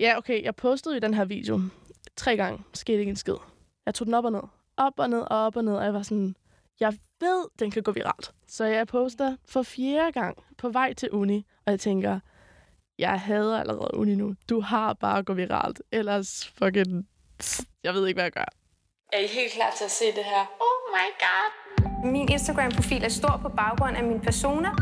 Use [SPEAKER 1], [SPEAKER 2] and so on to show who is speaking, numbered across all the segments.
[SPEAKER 1] Ja, okay, jeg postede jo den her video tre gange. Skete ikke en skid. Jeg tog den op og ned. Op og ned og op og ned, og jeg var sådan, jeg ved, den kan gå viralt. Så jeg poster for fjerde gang på vej til uni, og jeg tænker, jeg hader allerede uni nu. Du har bare at gå viralt. Ellers fucking... Jeg ved ikke, hvad jeg gør.
[SPEAKER 2] Er I helt klar til at se det her?
[SPEAKER 3] Oh my god.
[SPEAKER 4] Min Instagram-profil er stor på baggrund af mine personer.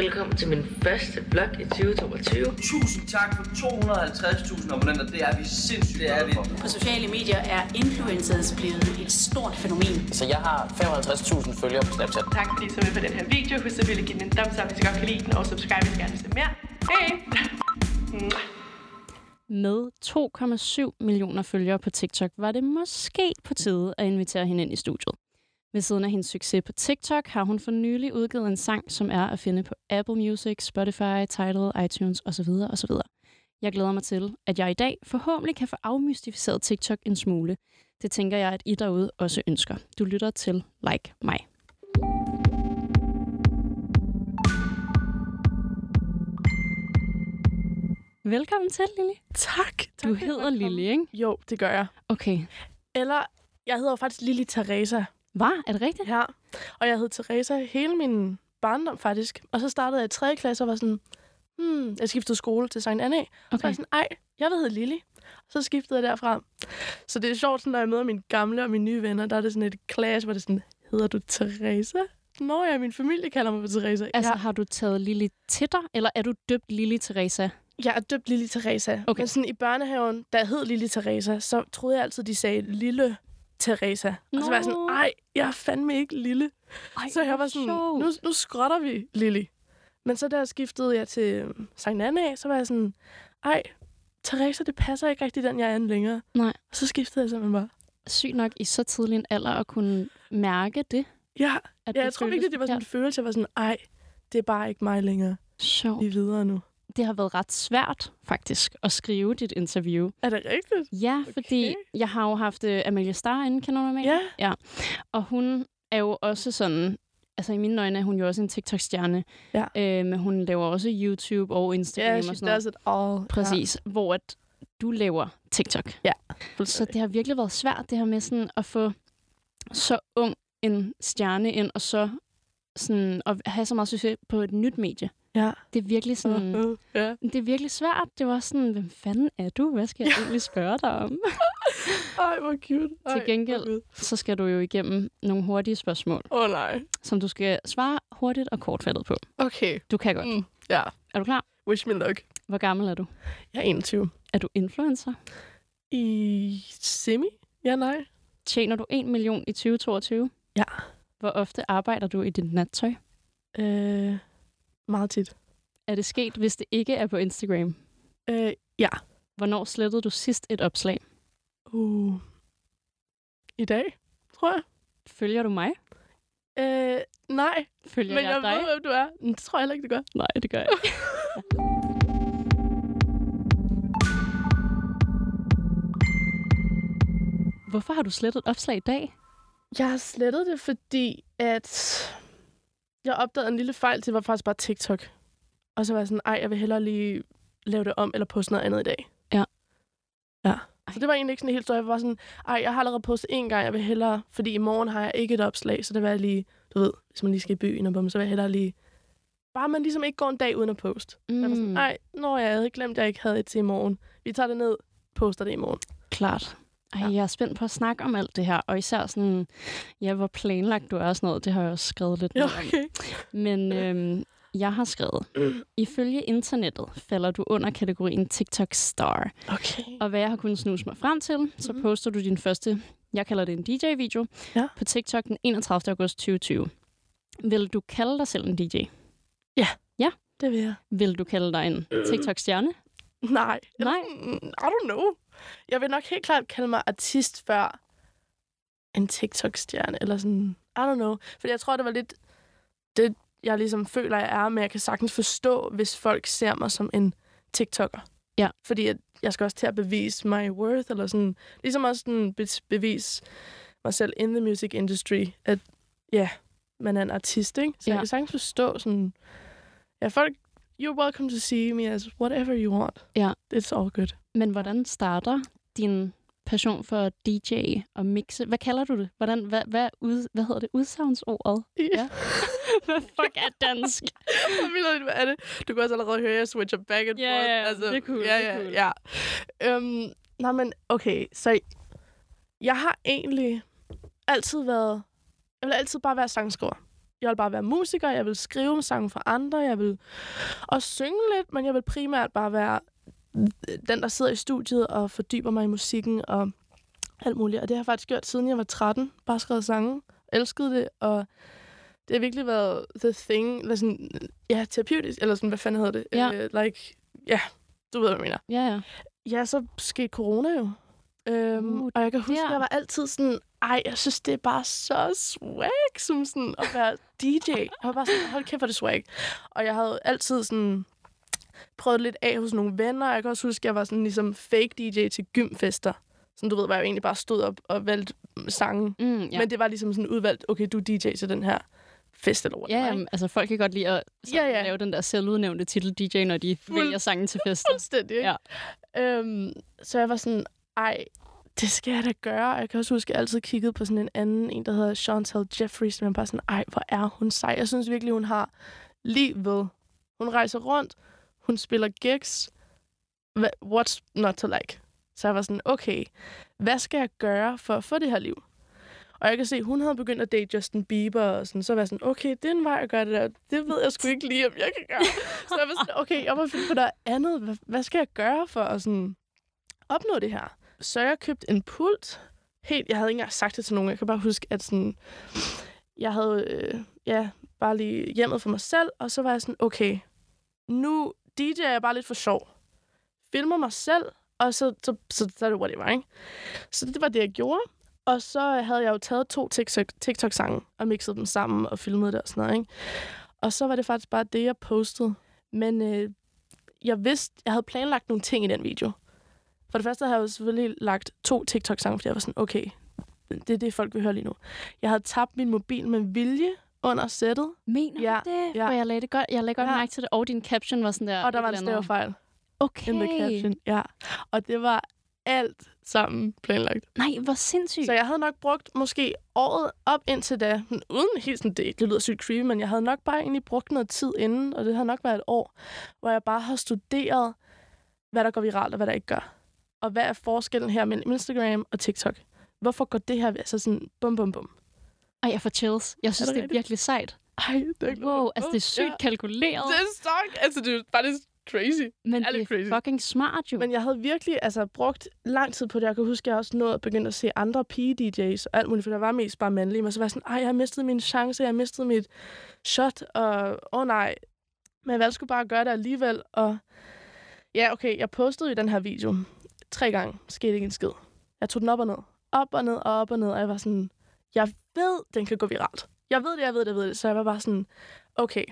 [SPEAKER 5] Velkommen til min første vlog i 2022.
[SPEAKER 6] Tusind tak for 250.000 abonnenter. Det er vi sindssygt det er vi.
[SPEAKER 7] På sociale medier er influencers blevet et stort fænomen.
[SPEAKER 8] Så jeg har 55.000 følgere på Snapchat.
[SPEAKER 9] Tak fordi I så med på den her video. Husk selvfølgelig at give den en thumbs up, hvis I godt kan lide den, og subscribe, hvis I gerne vil se mere. Hej!
[SPEAKER 10] Med 2,7 millioner følgere på TikTok var det måske på tide at invitere hende ind i studiet. Ved siden af hendes succes på TikTok har hun for nylig udgivet en sang, som er at finde på Apple Music, Spotify, Tidal, iTunes osv. osv. Jeg glæder mig til, at jeg i dag forhåbentlig kan få afmystificeret TikTok en smule. Det tænker jeg, at I derude også ønsker. Du lytter til Like mig. Velkommen til, Lille.
[SPEAKER 1] Tak. tak
[SPEAKER 10] Du hedder Lille, ikke?
[SPEAKER 1] Jo, det gør jeg.
[SPEAKER 10] Okay.
[SPEAKER 1] Eller, jeg hedder jo faktisk Lili Teresa.
[SPEAKER 10] Hvad? Er det rigtigt?
[SPEAKER 1] Ja. Og jeg hed Teresa hele min barndom, faktisk. Og så startede jeg i 3. klasse og var sådan, hmm, jeg skiftede skole til Sankt Anna. Okay. Så var jeg sådan, ej, jeg vil hedde Lili. Så skiftede jeg derfra. Så det er sjovt, sådan, når jeg møder mine gamle og mine nye venner, der er det sådan et clash, hvor det er sådan, hedder du Teresa? Nå ja, min familie kalder mig for Teresa.
[SPEAKER 10] Altså,
[SPEAKER 1] ja.
[SPEAKER 10] har du taget Lili til dig, eller er du døbt Lili Teresa?
[SPEAKER 1] Jeg er døbt Lille Teresa.
[SPEAKER 10] Okay.
[SPEAKER 1] Men sådan i børnehaven, da jeg hed Lille Teresa, så troede jeg altid, de sagde Lille Teresa. Og så var jeg sådan,
[SPEAKER 10] Nå.
[SPEAKER 1] ej, jeg er fandme ikke lille.
[SPEAKER 10] Ej,
[SPEAKER 1] så jeg
[SPEAKER 10] hvor
[SPEAKER 1] var sådan,
[SPEAKER 10] sjovt.
[SPEAKER 1] nu, nu skrotter vi Lille. Men så der skiftede jeg til øhm, Sankt Anna, så var jeg sådan, ej, Teresa, det passer ikke rigtig den, jeg er længere.
[SPEAKER 10] Nej.
[SPEAKER 1] Og så skiftede jeg simpelthen bare.
[SPEAKER 10] Sygt nok i så tidlig en alder at kunne mærke det.
[SPEAKER 1] Ja,
[SPEAKER 10] At
[SPEAKER 1] ja
[SPEAKER 10] det
[SPEAKER 1] jeg tror
[SPEAKER 10] føles
[SPEAKER 1] virkelig, det var sådan en
[SPEAKER 10] forkert.
[SPEAKER 1] følelse. Jeg var sådan, ej, det er bare ikke mig længere.
[SPEAKER 10] Sjovt.
[SPEAKER 1] Vi er videre nu.
[SPEAKER 10] Det har været ret svært, faktisk, at skrive dit interview.
[SPEAKER 1] Er det rigtigt?
[SPEAKER 10] Ja, okay. fordi jeg har jo haft øh, Amalie Starr inden, kan du normalt?
[SPEAKER 1] Ja.
[SPEAKER 10] Og hun er jo også sådan... Altså i mine øjne er hun jo også en TikTok-stjerne.
[SPEAKER 1] Ja.
[SPEAKER 10] Øh, men hun laver også YouTube og Instagram
[SPEAKER 1] Ja,
[SPEAKER 10] og
[SPEAKER 1] she
[SPEAKER 10] sådan noget.
[SPEAKER 1] does it all.
[SPEAKER 10] Præcis. Ja. Hvor at du laver TikTok.
[SPEAKER 1] Ja,
[SPEAKER 10] Så det har virkelig været svært, det her med sådan at få så ung en stjerne ind, og så sådan at have så meget succes på et nyt medie.
[SPEAKER 1] Ja.
[SPEAKER 10] Det er virkelig sådan...
[SPEAKER 1] Uh, uh, ja.
[SPEAKER 10] Det er virkelig svært. Det var sådan, hvem fanden er du? Hvad skal jeg egentlig spørge dig om?
[SPEAKER 1] Ej, hvor cute. Ej,
[SPEAKER 10] Til gengæld-
[SPEAKER 1] hvor fedt.
[SPEAKER 10] Så skal du jo igennem nogle hurtige spørgsmål,
[SPEAKER 1] Åh oh, nej.
[SPEAKER 10] som du skal svare hurtigt og kortfattet på.
[SPEAKER 1] Okay.
[SPEAKER 10] Du kan godt.
[SPEAKER 1] Mm. Ja.
[SPEAKER 10] Er du klar?
[SPEAKER 1] Wish me luck.
[SPEAKER 10] Hvor gammel er du?
[SPEAKER 1] Jeg er 21.
[SPEAKER 10] Er du influencer?
[SPEAKER 1] I semi? Ja, nej.
[SPEAKER 10] Tjener du 1 million i 2022?
[SPEAKER 1] Ja.
[SPEAKER 10] Hvor ofte arbejder du i dit nattøj?
[SPEAKER 1] Øh, meget tit.
[SPEAKER 10] Er det sket, hvis det ikke er på Instagram?
[SPEAKER 1] Øh,
[SPEAKER 10] Hvornår slettede du sidst et opslag?
[SPEAKER 1] uh. I dag, tror jeg.
[SPEAKER 10] Følger du mig?
[SPEAKER 1] Øh, nej,
[SPEAKER 10] Følger
[SPEAKER 1] men
[SPEAKER 10] jeg,
[SPEAKER 1] jeg
[SPEAKER 10] dig?
[SPEAKER 1] ved, hvem du er. Men Det tror jeg heller ikke, det gør.
[SPEAKER 10] Nej, det gør jeg ikke. Hvorfor har du slettet et opslag i dag?
[SPEAKER 1] Jeg har slettet det, fordi at jeg opdagede en lille fejl. Det var faktisk bare TikTok. Og så var jeg sådan, ej, jeg vil hellere lige lave det om, eller poste noget andet i dag.
[SPEAKER 10] Ja.
[SPEAKER 1] Ja. Så det var egentlig ikke sådan helt stort. Jeg var sådan, ej, jeg har allerede postet en gang, jeg vil hellere, fordi i morgen har jeg ikke et opslag, så det var jeg lige, du ved, hvis man lige skal i byen og bum, så vil jeg hellere lige, bare man ligesom ikke går en dag uden at poste. Mm. Jeg var sådan, ej, når jeg havde glemt, at jeg ikke havde et til i morgen. Vi tager det ned, poster det i morgen.
[SPEAKER 10] klart. Ej, jeg er spændt på at snakke om alt det her, og især sådan, ja, hvor planlagt du er og sådan noget, det har jeg også skrevet lidt
[SPEAKER 1] Ja,
[SPEAKER 10] ned om.
[SPEAKER 1] okay.
[SPEAKER 10] Men øhm, jeg har skrevet, ifølge internettet falder du under kategorien TikTok star.
[SPEAKER 1] Okay.
[SPEAKER 10] Og hvad jeg har kunnet snuse mig frem til, så mm-hmm. poster du din første, jeg kalder det en DJ-video,
[SPEAKER 1] Mhm. Ja.
[SPEAKER 10] på TikTok den 31. august 2020. Vil du kalde dig selv en DJ?
[SPEAKER 1] Det vil jeg.
[SPEAKER 10] Vil du kalde dig en TikTok-stjerne?
[SPEAKER 1] Nej. Eller
[SPEAKER 10] Nej.
[SPEAKER 1] sådan, I don't know. Jeg vil nok helt klart kalde mig artist før en TikTok-stjerne, eller sådan, I don't know. Fordi jeg tror, det var lidt det, jeg ligesom føler, jeg er, men jeg kan sagtens forstå, hvis folk ser mig som en TikToker.
[SPEAKER 10] Ja.
[SPEAKER 1] Fordi jeg, jeg skal også til at bevise my worth, eller sådan, ligesom også sådan be- bevise mig selv in the music industry, at ja, man er en artist, ikke? Så ja.
[SPEAKER 10] Ja.
[SPEAKER 1] jeg kan sagtens forstå sådan, ja, folk You're welcome to see me as whatever you want.
[SPEAKER 10] Ja.
[SPEAKER 1] It's all good.
[SPEAKER 10] Men hvordan starter din passion for DJ og mixe? Hvad kalder du det? Hvordan, hvad, hvad, ud, hvad hedder det? Udsagnsordet? Ja. hvad fuck er dansk?
[SPEAKER 1] Jeg ved ikke, hvad er det. Du kan også allerede høre, at jeg switcher back and
[SPEAKER 10] Ja,
[SPEAKER 1] forth. Altså,
[SPEAKER 10] ja, det er cool,
[SPEAKER 1] Ja,
[SPEAKER 10] det er
[SPEAKER 1] ja,
[SPEAKER 10] cool.
[SPEAKER 1] ja. Øhm, nej, men okay, så jeg har egentlig altid været... Jeg vil altid bare være sangskriver. Jeg vil bare være musiker, jeg vil skrive sange for andre, jeg vil og synge lidt, men jeg vil primært bare være den, der sidder i studiet og fordyber mig i musikken og alt muligt. Og det har jeg faktisk gjort, siden jeg var 13. Bare skrevet sange. Elskede det, og det har virkelig været the thing, eller sådan, ja, terapeutisk, eller sådan, hvad fanden hedder det?
[SPEAKER 10] Ja.
[SPEAKER 1] Øh, like, ja, du ved, hvad jeg mener.
[SPEAKER 10] Ja, ja.
[SPEAKER 1] Ja, så skete corona jo. Øhm,
[SPEAKER 10] Uh,
[SPEAKER 1] og jeg kan huske,
[SPEAKER 10] der.
[SPEAKER 1] at jeg var altid sådan, ej, jeg synes, det er bare så swag, som sådan at være DJ. Jeg var bare sådan, hold kæft, hvor er det swag. Og jeg havde altid sådan prøvet lidt af hos nogle venner. og Jeg kan også huske, at jeg var sådan ligesom fake DJ til gymfester. Sådan, du ved, hvor jeg jo egentlig bare stod op og valgte mm, sange.
[SPEAKER 10] Mm, ja.
[SPEAKER 1] Ja. Men det var ligesom sådan udvalgt, okay, du er DJ til den her fest eller whatever.
[SPEAKER 10] Ja,
[SPEAKER 1] ikke?
[SPEAKER 10] jamen, altså folk kan godt lide at
[SPEAKER 1] Ja,
[SPEAKER 10] ja,
[SPEAKER 1] ja.
[SPEAKER 10] ja. lave den der selvudnævnte titel DJ, når de
[SPEAKER 1] Fuld-
[SPEAKER 10] vælger sangen til fester.
[SPEAKER 1] Fuldstændig, ikke?
[SPEAKER 10] Ja.
[SPEAKER 1] Øhm, så jeg var sådan, ej, det skal jeg da gøre. Og jeg kan også huske, at jeg altid kiggede på sådan en anden, en der hedder Chantal Jeffries, som jeg bare sådan, ej, hvor er hun sej. Jeg synes virkelig, hun har livet. Hun rejser rundt, hun spiller gigs. Hva- What's not to like? Så jeg var sådan, okay, hvad skal jeg gøre for at få det her liv? Og jeg kan se, hun havde begyndt at date Justin Bieber, og sådan, så var jeg sådan, okay, det er en vej at gøre det der. Det ved jeg sgu ikke lige, om jeg kan gøre. Så jeg var sådan, okay, jeg må finde på noget andet. Hvad, hvad skal jeg gøre for at sådan opnå det her? Så jeg købte en pult. Helt, jeg havde ikke engang sagt det til nogen. Jeg kan bare huske, at sådan, jeg havde øh, ja, bare lige hjemmet for mig selv, og så var jeg sådan, okay, nu DJ'er jeg bare lidt for sjov. Filmer mig selv, og så, så, så, så er det whatever, ikke? Så det var det, jeg gjorde. Og så havde jeg jo taget to TikTok- TikTok-sange og mixet dem sammen og filmet det og sådan noget, ikke? Og så var det faktisk bare det, jeg postede. Men øh, jeg vidste, jeg havde planlagt nogle ting i den video. For det første havde jeg jo selvfølgelig lagt to TikTok-sange, fordi jeg var sådan, okay, det er det, folk vil høre lige nu. Jeg havde tabt min mobil med vilje under sættet,
[SPEAKER 10] Mener
[SPEAKER 1] Ja,
[SPEAKER 10] du det?
[SPEAKER 1] ja.
[SPEAKER 10] For jeg lagde det godt, jeg lagde godt
[SPEAKER 1] Ja.
[SPEAKER 10] ja. mærke til det, og din caption var sådan der.
[SPEAKER 1] og der
[SPEAKER 10] et
[SPEAKER 1] var en
[SPEAKER 10] eller andet.
[SPEAKER 1] stavefejl
[SPEAKER 10] Okay.
[SPEAKER 1] in the caption. Ja. Og det var alt sammen planlagt.
[SPEAKER 10] Nej, hvor sindssygt.
[SPEAKER 1] Så jeg havde nok brugt måske året op indtil da, men uden helt sådan, det, det lyder sygt creepy, men jeg havde nok bare egentlig brugt noget tid inden, og det har nok været et år, hvor jeg bare har studeret, hvad der går viralt og hvad der ikke gør. Og hvad er forskellen her mellem Instagram og TikTok? Hvorfor går det her, altså sådan, bum, bum, bum.
[SPEAKER 10] Ej, jeg får chills. Jeg synes, det, er
[SPEAKER 1] rigtigt?
[SPEAKER 10] virkelig sejt.
[SPEAKER 1] Ej, det er ikke
[SPEAKER 10] Wow, altså det er sygt
[SPEAKER 1] Ja.
[SPEAKER 10] kalkuleret,
[SPEAKER 1] Det er stok, altså det er faktisk crazy.
[SPEAKER 10] men
[SPEAKER 1] er lidt
[SPEAKER 10] det
[SPEAKER 1] crazy.
[SPEAKER 10] er fucking smart jo.
[SPEAKER 1] Men jeg havde virkelig altså, brugt lang tid på det. Jeg kan huske, at jeg også nåede at begynde at se andre pige-DJ's og alt muligt, for der var mest bare mandlige. Men så var jeg sådan, ej, jeg har mistet min chance, jeg har mistet mit shot, og åh oh, nej. Men jeg valgte sgu bare at gøre det alligevel, og ja, okay, jeg postede jo den her video tre gange, skete ikke en skid. Jeg tog den op og ned, op og ned, og op og ned, og jeg var sådan, jeg ved, den kan gå viralt. Jeg ved det, jeg ved det, jeg ved det. Så jeg var bare sådan, okay.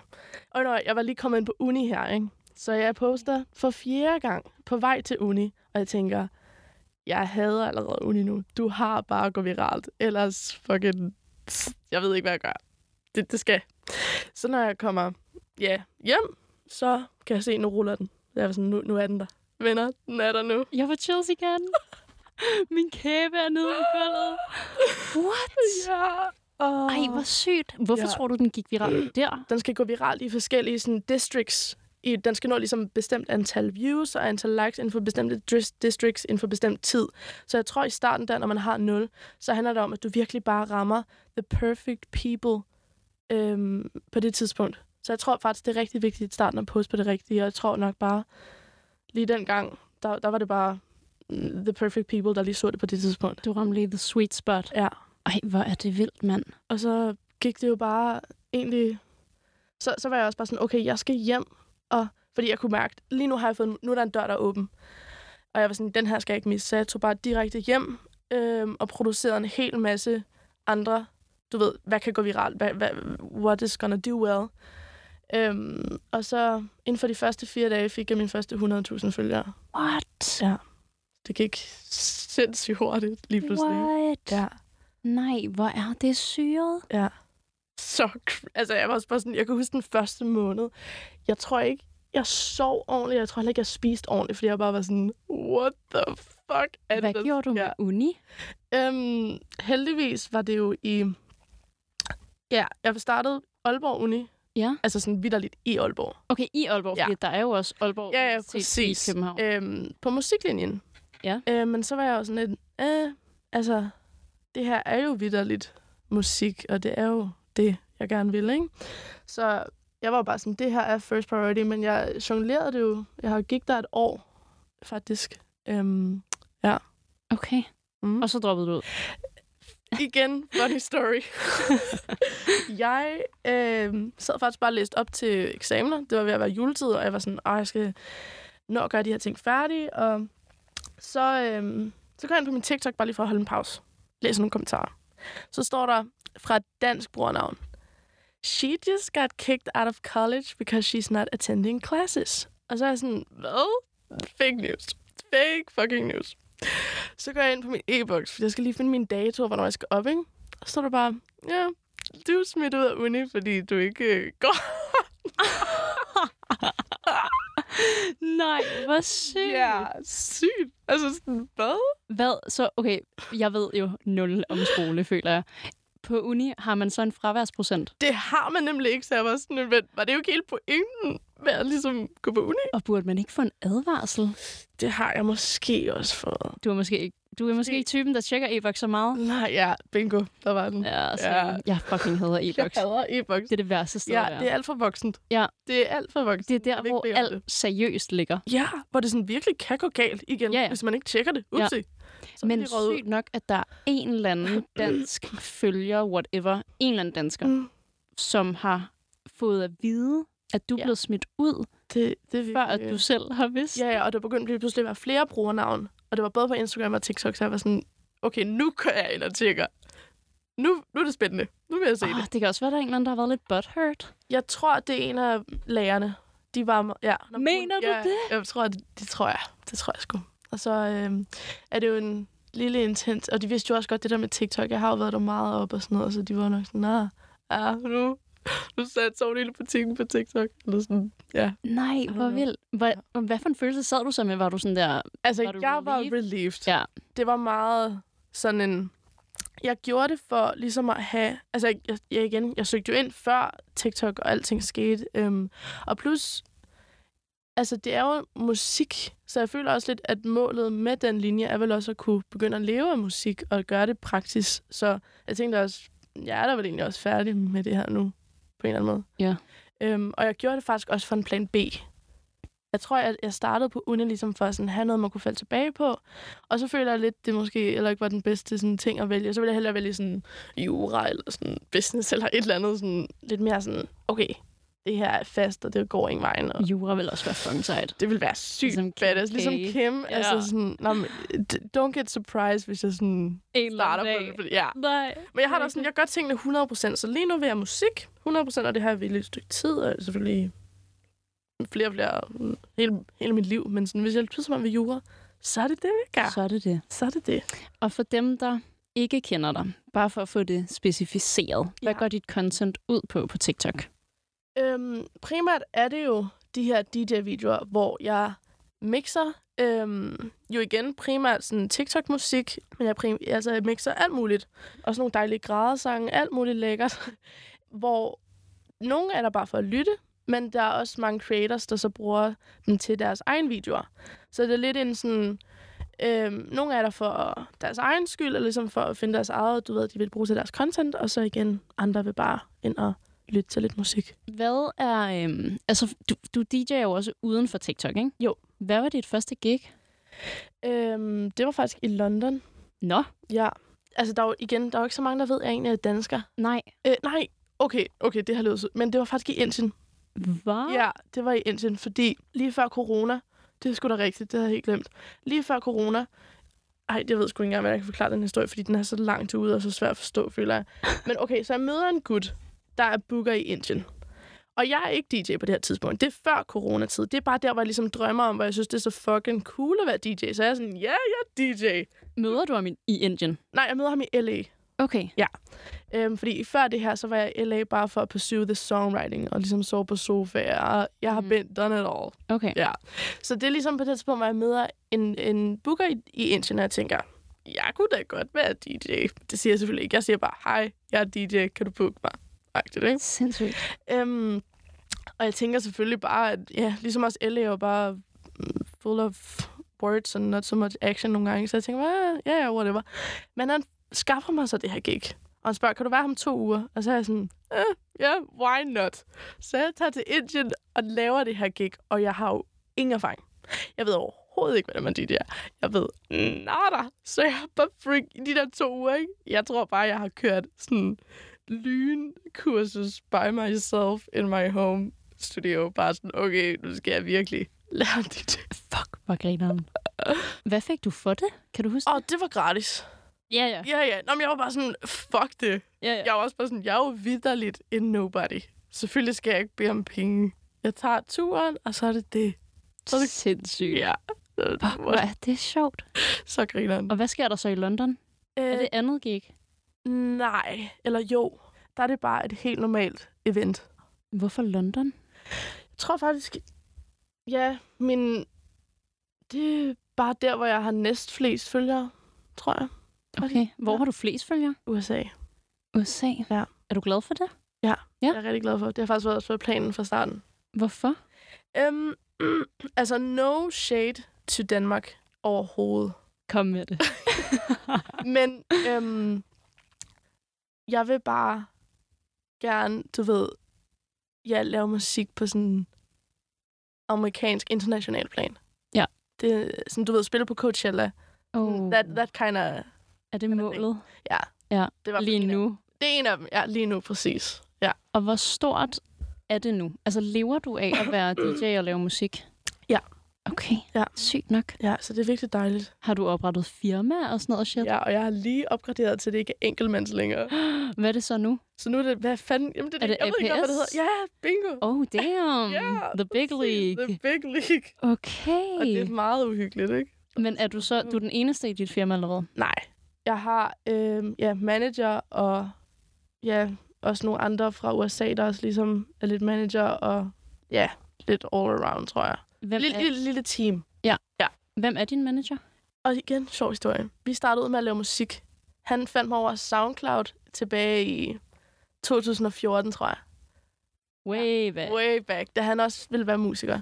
[SPEAKER 1] Og når jeg var lige kommet ind på uni her, ikke? Så jeg poster for fjerde gang på vej til uni, og jeg tænker, jeg hader allerede uni nu. Du har bare at gå viralt. Ellers fucking... Jeg ved ikke, hvad jeg gør. Det, det skal. Så når jeg kommer ja, hjem, så kan jeg se, nu ruller den. Jeg var sådan, nu, nu er den der. Venner, den er der nu.
[SPEAKER 10] Jeg får chills igen. Min kæbe er nede på gulvet. What?
[SPEAKER 1] Ja. Og...
[SPEAKER 10] Ej, hvor sygt. Hvorfor
[SPEAKER 1] Ja. Øh.
[SPEAKER 10] ja. tror du, den gik viralt der?
[SPEAKER 1] den skal gå viralt i forskellige sådan, districts. I, den skal nå ligesom et bestemt antal views og antal likes inden for bestemte dris- districts inden for bestemt tid. Så jeg tror i starten der, når man har 0, så handler det om, at du virkelig bare rammer the perfect people øhm, på det tidspunkt. Så jeg tror faktisk, det er rigtig vigtigt i starten at poste på det rigtige, og jeg tror nok bare, lige dengang, der, der var det bare mm, the perfect people, der lige så det på det tidspunkt.
[SPEAKER 10] Du ramte lige the sweet spot.
[SPEAKER 1] Ja.
[SPEAKER 10] Ej, hvor er det vildt, mand.
[SPEAKER 1] Og så gik det jo bare egentlig... Så, så var jeg også bare sådan, okay, jeg skal hjem. Og, fordi jeg kunne mærke, lige nu har jeg fået, nu er der en dør, der er åben. Og jeg var sådan, den her skal jeg ikke misse. Så jeg tog bare direkte hjem øhm, og producerede en hel masse andre. Du ved, hvad kan gå viralt? Hvad, hvad, what is gonna do well? Øhm, og så inden for de første fire dage fik jeg mine første 100.000 følgere.
[SPEAKER 10] What?
[SPEAKER 1] Det gik sindssygt hurtigt lige pludselig.
[SPEAKER 10] What?
[SPEAKER 1] Ja.
[SPEAKER 10] Nej, hvor er det syret.
[SPEAKER 1] så... cr- Altså, jeg var også bare sådan... Jeg kan huske den første måned. Jeg tror ikke... jeg sov ordentligt. Jeg tror heller ikke, jeg spiste ordentligt, fordi jeg bare var sådan, what the fuck er det,
[SPEAKER 10] Hvad
[SPEAKER 1] der
[SPEAKER 10] gjorde du med
[SPEAKER 1] sker?
[SPEAKER 10] uni?
[SPEAKER 1] Øhm, heldigvis var det jo i... Ja, jeg startede Aalborg Uni.
[SPEAKER 10] Ja.
[SPEAKER 1] Altså sådan vidderligt i Aalborg.
[SPEAKER 10] Okay, i Aalborg,
[SPEAKER 1] Ja.
[SPEAKER 10] fordi der er jo også Aalborg
[SPEAKER 1] Ja, ja,
[SPEAKER 10] Universitet
[SPEAKER 1] præcis.
[SPEAKER 10] i København.
[SPEAKER 1] Øhm, på musiklinjen.
[SPEAKER 10] Ja.
[SPEAKER 1] Øh, men så var jeg jo sådan lidt, øh, altså, det her er jo vidderligt musik, og det er jo det, jeg gerne vil, ikke? Så jeg var bare sådan, det her er first priority, men jeg jonglerede det jo. Jeg har gik der et år, faktisk.
[SPEAKER 10] Mm.
[SPEAKER 1] Øhm,
[SPEAKER 10] Okay.
[SPEAKER 1] Mm.
[SPEAKER 10] Og så droppede du ud.
[SPEAKER 1] igen, funny story. jeg øh, sad faktisk bare og læste op til eksamener. Det var ved at være juletid, og jeg var sådan, "Åh, jeg skal nå at gøre de her ting færdige. Og så, øh, så går jeg ind på min TikTok bare lige for at holde en pause. Læser nogle kommentarer. Så står der fra et dansk brugernavn. She just got kicked out of college because she's not attending classes. Og så er jeg sådan, hvad? Fake news. Fake fucking news. Så går jeg ind på min e-boks, for jeg skal lige finde min dato, hvornår jeg skal op, ikke? Og så står der bare, ja, du er smidt ud af uni, fordi du ikke øh, går.
[SPEAKER 10] Nej, hvor sygt.
[SPEAKER 1] sygt. Altså sådan, hvad?
[SPEAKER 10] Hvad? Så, okay, jeg ved jo nul om skole, føler jeg. På uni har man så en fraværsprocent,
[SPEAKER 1] Det har man nemlig ikke, så jeg var sådan, men var det jo ikke hele pointen med at ligesom gå på uni?
[SPEAKER 10] og burde man ikke få en advarsel?
[SPEAKER 1] Det har jeg måske også fået.
[SPEAKER 10] Du er måske ikke, du er måske ikke typen, der tjekker e-boks så meget.
[SPEAKER 1] Nej, ja, bingo, der var den.
[SPEAKER 10] Ja, så
[SPEAKER 1] Mm. Ja.
[SPEAKER 10] jeg fucking hader
[SPEAKER 1] jeg
[SPEAKER 10] e-boks.
[SPEAKER 1] hader e-boks.
[SPEAKER 10] Det er det værste sted at
[SPEAKER 1] Ja,
[SPEAKER 10] være.
[SPEAKER 1] det er alt for voksent.
[SPEAKER 10] Ja.
[SPEAKER 1] Det er alt for voksent.
[SPEAKER 10] det er der,
[SPEAKER 1] Jeg vil ikke
[SPEAKER 10] hvor
[SPEAKER 1] bede om det.
[SPEAKER 10] alt seriøst ligger.
[SPEAKER 1] Ja, hvor det sådan virkelig kan gå galt igen, ja,
[SPEAKER 10] Ja, ja.
[SPEAKER 1] ja. hvis man ikke tjekker det. Upsi. Ja. Så er
[SPEAKER 10] Men
[SPEAKER 1] de røget ud.
[SPEAKER 10] sygt nok, at der er en eller anden dansk følger, whatever, en eller anden dansker,
[SPEAKER 1] Mm.
[SPEAKER 10] mm. som har fået at vide, at du er
[SPEAKER 1] Ja.
[SPEAKER 10] blevet smidt ud,
[SPEAKER 1] Det, det er virkelig,
[SPEAKER 10] før at du selv har vidst.
[SPEAKER 1] Ja, ja, og der begyndte lige pludselig at være flere brugernavn. Og det var både på Instagram og TikTok, så jeg var sådan, okay, nu kører jeg ind og tjekker. Nu, nu er det spændende. Nu vil jeg se oh.
[SPEAKER 10] oh,
[SPEAKER 1] det.
[SPEAKER 10] det kan også være, at der er en eller anden, der har været lidt butthurt.
[SPEAKER 1] Jeg tror, det er en af lærerne. De var... Ja, når hun-
[SPEAKER 10] Mener du
[SPEAKER 1] ja,
[SPEAKER 10] det?
[SPEAKER 1] Jeg tror, det, det tror jeg. Det tror jeg sgu. Og så øh, er det jo en lille intens... Og de vidste jo også godt det der med TikTok. Jeg har jo været der meget op og sådan noget, så de var nok sådan, nej, ja, nu, nu satte så hele butikken på TikTok. Eller sådan, ja.
[SPEAKER 10] Nej, hvor
[SPEAKER 1] know.
[SPEAKER 10] vildt. Hvad, hvad for en følelse sad du så med? Var du sådan der...
[SPEAKER 1] Altså,
[SPEAKER 10] Var du
[SPEAKER 1] jeg var
[SPEAKER 10] relieved?
[SPEAKER 1] relieved.
[SPEAKER 10] Ja.
[SPEAKER 1] det var meget sådan en... Jeg gjorde det for ligesom at have... Altså, jeg, jeg igen, jeg søgte jo ind før TikTok og alting skete. Øhm, og plus, altså, det er jo musik, så jeg føler også lidt, at målet med den linje er vel også at kunne begynde at leve af musik og gøre det praksis. Så jeg tænkte også, jeg er da vel egentlig også færdig med det her nu, på en eller anden måde.
[SPEAKER 10] Ja.
[SPEAKER 1] Øhm, og jeg gjorde det faktisk også for en plan B. Jeg tror, at jeg startede på uni ligesom for at sådan have noget, man kunne falde tilbage på. Og så føler jeg lidt, det måske eller ikke var den bedste sådan, ting at vælge. Så vil jeg hellere vælge sådan jura eller sådan business eller et eller andet. Sådan, lidt mere sådan, okay, det her er fast, og det går ingen vejen. Og
[SPEAKER 10] Jura vil også være fucking sejt.
[SPEAKER 1] det ville være sygt
[SPEAKER 10] Ligesom
[SPEAKER 1] ligesom
[SPEAKER 10] Kim
[SPEAKER 1] badass. Ligesom
[SPEAKER 10] K.
[SPEAKER 1] Kim.
[SPEAKER 10] Ja.
[SPEAKER 1] Ja. Altså sådan, nå, men, d- don't get surprised, hvis jeg sådan
[SPEAKER 10] En
[SPEAKER 1] starter på det. fordi- Ja.
[SPEAKER 10] Nej.
[SPEAKER 1] Men jeg har da sådan, jeg gør tingene 100%, så lige nu vil jeg musik 100%, og det har jeg vildt et stykke tid, og selvfølgelig flere og flere, mm, hele, hele mit liv. Men sådan, hvis jeg pludselig mig ved jura, så er det det, jeg gør.
[SPEAKER 10] Så er det det.
[SPEAKER 1] Så er det det.
[SPEAKER 10] Og for dem, der ikke kender dig, bare for at få det specificeret, hvad
[SPEAKER 1] Ja.
[SPEAKER 10] går dit content ud på på TikTok?
[SPEAKER 1] Øhm, primært er det jo de her DJ-videoer, hvor jeg mixer øhm, jo igen primært sådan TikTok-musik, men jeg, prim- altså, jeg mixer alt muligt. Og sådan nogle dejlige gradesange, alt muligt lækkert, hvor nogle er der bare for at lytte, men der er også mange creators, der så bruger dem til deres egen videoer. Så det er lidt en sådan... Øhm, nogle er der for deres egen skyld, eller ligesom for at finde deres eget, du ved, de vil bruge til deres content, og så igen, andre vil bare ind og lytte til lidt musik.
[SPEAKER 10] Hvad er... Øhm, altså, du, du DJ'er jo også uden for TikTok, ikke?
[SPEAKER 1] Jo.
[SPEAKER 10] Hvad var dit første gig?
[SPEAKER 1] Øhm, det var faktisk i London.
[SPEAKER 10] Nå,
[SPEAKER 1] Ja. Altså, der er jo, igen, der er jo ikke så mange, der ved, at jeg egentlig er dansker.
[SPEAKER 10] nej.
[SPEAKER 1] Øh, nej, okay, okay, det har løbet sødt. Men det var faktisk i Indien.
[SPEAKER 10] Hvad?
[SPEAKER 1] Ja, det var i Indien, fordi lige før corona, det er sgu da rigtigt, det havde jeg helt glemt. Lige før corona, ej, jeg ved sgu ikke engang, hvordan jeg kan forklare den historie, fordi den er så langt ude og så svær at forstå, føler jeg. Men okay, så jeg møder en gut, der er booker i Indien. Og jeg er ikke DJ på det her tidspunkt. Det er før coronatid. Det er bare der, hvor jeg ligesom drømmer om, hvor jeg synes, det er så fucking cool at være DJ. Så jeg er sådan, ja, jeg er DJ.
[SPEAKER 10] Møder du ham i i Indien?
[SPEAKER 1] Nej, jeg møder ham i L.A.
[SPEAKER 10] Okay.
[SPEAKER 1] Øhm, fordi før det her, så var jeg i LA bare for at pursue the songwriting, og ligesom sove på sofaer, og jeg har
[SPEAKER 10] Mm.
[SPEAKER 1] mm. been done it all.
[SPEAKER 10] Okay.
[SPEAKER 1] Ja. Så det er ligesom på det tidspunkt, hvor jeg møder en, en booker i, i Indien, og jeg tænker, jeg kunne da godt være DJ. Det siger jeg selvfølgelig ikke. Jeg siger bare, hej, jeg er DJ, kan du booke mig? Agtigt, ikke?
[SPEAKER 10] Sindssygt.
[SPEAKER 1] Øhm, og jeg tænker selvfølgelig bare, at ja, ligesom også LA er jo bare mm, full of words and not so much action nogle gange, så jeg tænker bare, ja, yeah, yeah, whatever. Men han skaffer mig så det her gig, og han spørger, kan du være ham to uger? Og så er jeg sådan, ja, eh, yeah, why not? Så jeg tager til Indien og laver det her gig, og jeg har jo ingen erfaring. Jeg ved overhovedet ikke, hvordan man DJ er. Jeg ved nada. Så jeg er bare freak i de der to uger, ikke? Jeg tror bare, jeg har kørt sådan lynkursus by myself in my home studio. Bare sådan, okay, nu skal jeg virkelig lære det.
[SPEAKER 10] Fuck, hvor grineren. Hvad fik du for det? Kan du huske
[SPEAKER 1] Og det var gratis.
[SPEAKER 10] Ja, ja.
[SPEAKER 1] Ja, ja. Nå, men jeg var bare sådan, fuck det.
[SPEAKER 10] ja, ja.
[SPEAKER 1] Jeg var også bare sådan, jeg er jo vidderligt en nobody. Selvfølgelig skal jeg ikke bede om penge. Jeg tager turen, og så er det det. Så er det,
[SPEAKER 10] Sindssygt.
[SPEAKER 1] ja.
[SPEAKER 10] Fuck, hvor er det sjovt. Øh.
[SPEAKER 1] Så griner han.
[SPEAKER 10] Og hvad sker der så i London? Er det andet gig?
[SPEAKER 1] Øh, Nej, eller jo. Der er det bare et helt normalt event.
[SPEAKER 10] Hvorfor London?
[SPEAKER 1] Jeg tror faktisk, ja, min... Det er bare der, hvor jeg har næst flest følgere, tror jeg.
[SPEAKER 10] Okay. Hvor
[SPEAKER 1] Ja.
[SPEAKER 10] har du flest følgere?
[SPEAKER 1] USA.
[SPEAKER 10] USA.
[SPEAKER 1] Ja.
[SPEAKER 10] Er du glad for det? Ja.
[SPEAKER 1] Ja. Jeg er rigtig glad for. Det har faktisk været også været planen fra starten.
[SPEAKER 10] Hvorfor?
[SPEAKER 1] Um, altså, no shade til Danmark overhovedet.
[SPEAKER 10] Kom med det.
[SPEAKER 1] Men øhm, jeg vil bare gerne, du ved, jeg laver musik på sådan amerikansk international plan.
[SPEAKER 10] Ja.
[SPEAKER 1] Det er sådan, du ved, spille på Coachella.
[SPEAKER 10] Oh.
[SPEAKER 1] That, that kind of
[SPEAKER 10] Er det målet
[SPEAKER 1] Ja.
[SPEAKER 10] Ja,
[SPEAKER 1] Det var
[SPEAKER 10] lige
[SPEAKER 1] en af-
[SPEAKER 10] nu?
[SPEAKER 1] Det er en af dem. Ja, lige nu præcis. Ja.
[SPEAKER 10] Og hvor stort er det nu? Altså, lever du af at være DJ og lave musik?
[SPEAKER 1] Ja.
[SPEAKER 10] Okay,
[SPEAKER 1] Ja.
[SPEAKER 10] sygt nok.
[SPEAKER 1] Ja, så det er virkelig dejligt.
[SPEAKER 10] Har du oprettet firma og sådan noget shit?
[SPEAKER 1] Ja, og jeg har lige opgraderet til, at det ikke er enkeltmands længere.
[SPEAKER 10] Hvad er det så nu?
[SPEAKER 1] Så nu er det, hvad fanden? Jamen, det er,
[SPEAKER 10] Er det
[SPEAKER 1] jeg ved ikke, engang, hvad det
[SPEAKER 10] APS?
[SPEAKER 1] hedder. Ja, bingo.
[SPEAKER 10] Oh, damn.
[SPEAKER 1] Ja,
[SPEAKER 10] The big
[SPEAKER 1] præcis.
[SPEAKER 10] league.
[SPEAKER 1] The big league.
[SPEAKER 10] Okay.
[SPEAKER 1] Og det er meget uhyggeligt, ikke?
[SPEAKER 10] Men er du så du er den eneste i dit firma allerede?
[SPEAKER 1] Nej. Jeg har øh, ja, manager og ja, også nogle andre fra USA, der også ligesom er lidt manager og ja, lidt all around, tror jeg.
[SPEAKER 10] Hvem,
[SPEAKER 1] Lille,
[SPEAKER 10] er,
[SPEAKER 1] lille, lille team.
[SPEAKER 10] hvem er din manager?
[SPEAKER 1] Og igen, sjov historie. Vi startede ud med at lave musik. Han fandt mig over SoundCloud tilbage i 2014, tror jeg.
[SPEAKER 10] Way back.
[SPEAKER 1] Way back, da han også ville være musiker.